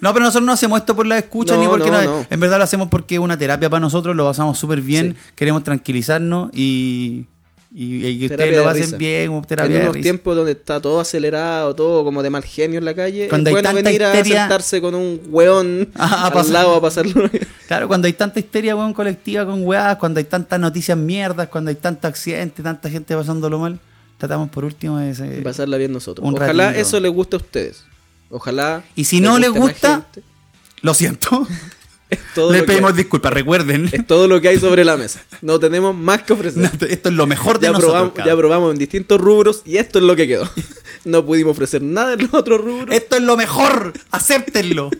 B: No, pero nosotros no hacemos esto por la escucha
A: No,
B: ni porque
A: no,
B: nada.
A: no.
B: En verdad lo hacemos porque es una terapia para nosotros, lo pasamos súper bien, queremos tranquilizarnos y, y, y que
A: Terapia
B: ustedes lo
A: de
B: pasen
A: risa.
B: bien, como terapia
A: en
B: de
A: unos
B: risa.
A: tiempos donde está todo acelerado, todo como de mal genio en la calle,
B: Cuando
A: es
B: hay
A: bueno
B: tanta
A: venir
B: histeria-
A: a sentarse con un weón
B: Ah, (laughs) a
A: al
B: pasar-
A: lado a pasarlo.
B: Claro, cuando hay tanta histeria weón, colectiva con weas, cuando hay tantas noticias mierdas, cuando hay tanto accidente, tanta gente pasándolo mal, tratamos por último de ese-
A: y pasarla bien nosotros.
B: eh, Un
A: Ojalá
B: ratito.
A: eso les guste a ustedes. Ojalá.
B: Y si no les
A: guste a la
B: gusta,
A: gente. (laughs)
B: Lo siento.
A: es (laughs) todo,
B: Le
A: lo que
B: pedimos
A: hay. (laughs)
B: disculpas, recuerden. (laughs)
A: es todo lo que hay sobre la mesa. No tenemos más que ofrecer.
B: No, te- Esto es lo mejor de
A: ya,
B: nosotros.
A: probamos, ya
B: cabrón.
A: probamos en distintos rubros y esto es lo que quedó. (laughs) No pudimos ofrecer nada en los otros rubros.
B: Esto es lo mejor. Acéptenlo.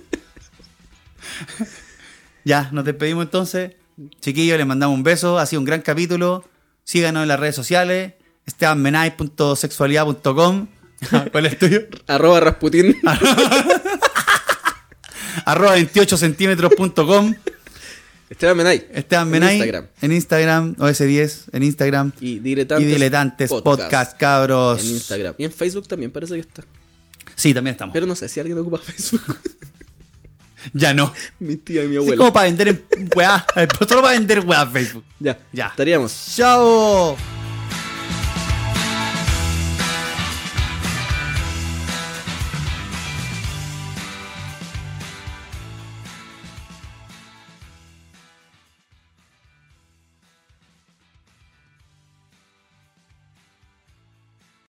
B: ya, nos despedimos entonces. Chiquillos, les mandamos un beso. Ha sido un gran capítulo. Síganos en las redes sociales. estebanmenay.sexualidad.com (laughs) ¿Cuál es el tuyo?
A: Arroba
B: (laughs)
A: Rasputin.
B: Arroba 28 centímetros.com
A: Esteban Menay.
B: Esteban
A: En
B: Menay.
A: Instagram.
B: En Instagram. OS10. En Instagram.
A: Y
B: Y
A: Diletantes,
B: Diletantes Podcast, cabros.
A: En Instagram. Y en Facebook también parece que está.
B: Sí, también estamos.
A: Pero no sé si alguien ocupa (laughs) Facebook.
B: Ya no.
A: mi tía y mi
B: Es
A: abuelo.
B: (laughs) como para vender en weá. Solo para vender weá en Facebook.
A: Ya.
B: Ya.
A: Estaríamos.
B: ¡Chao!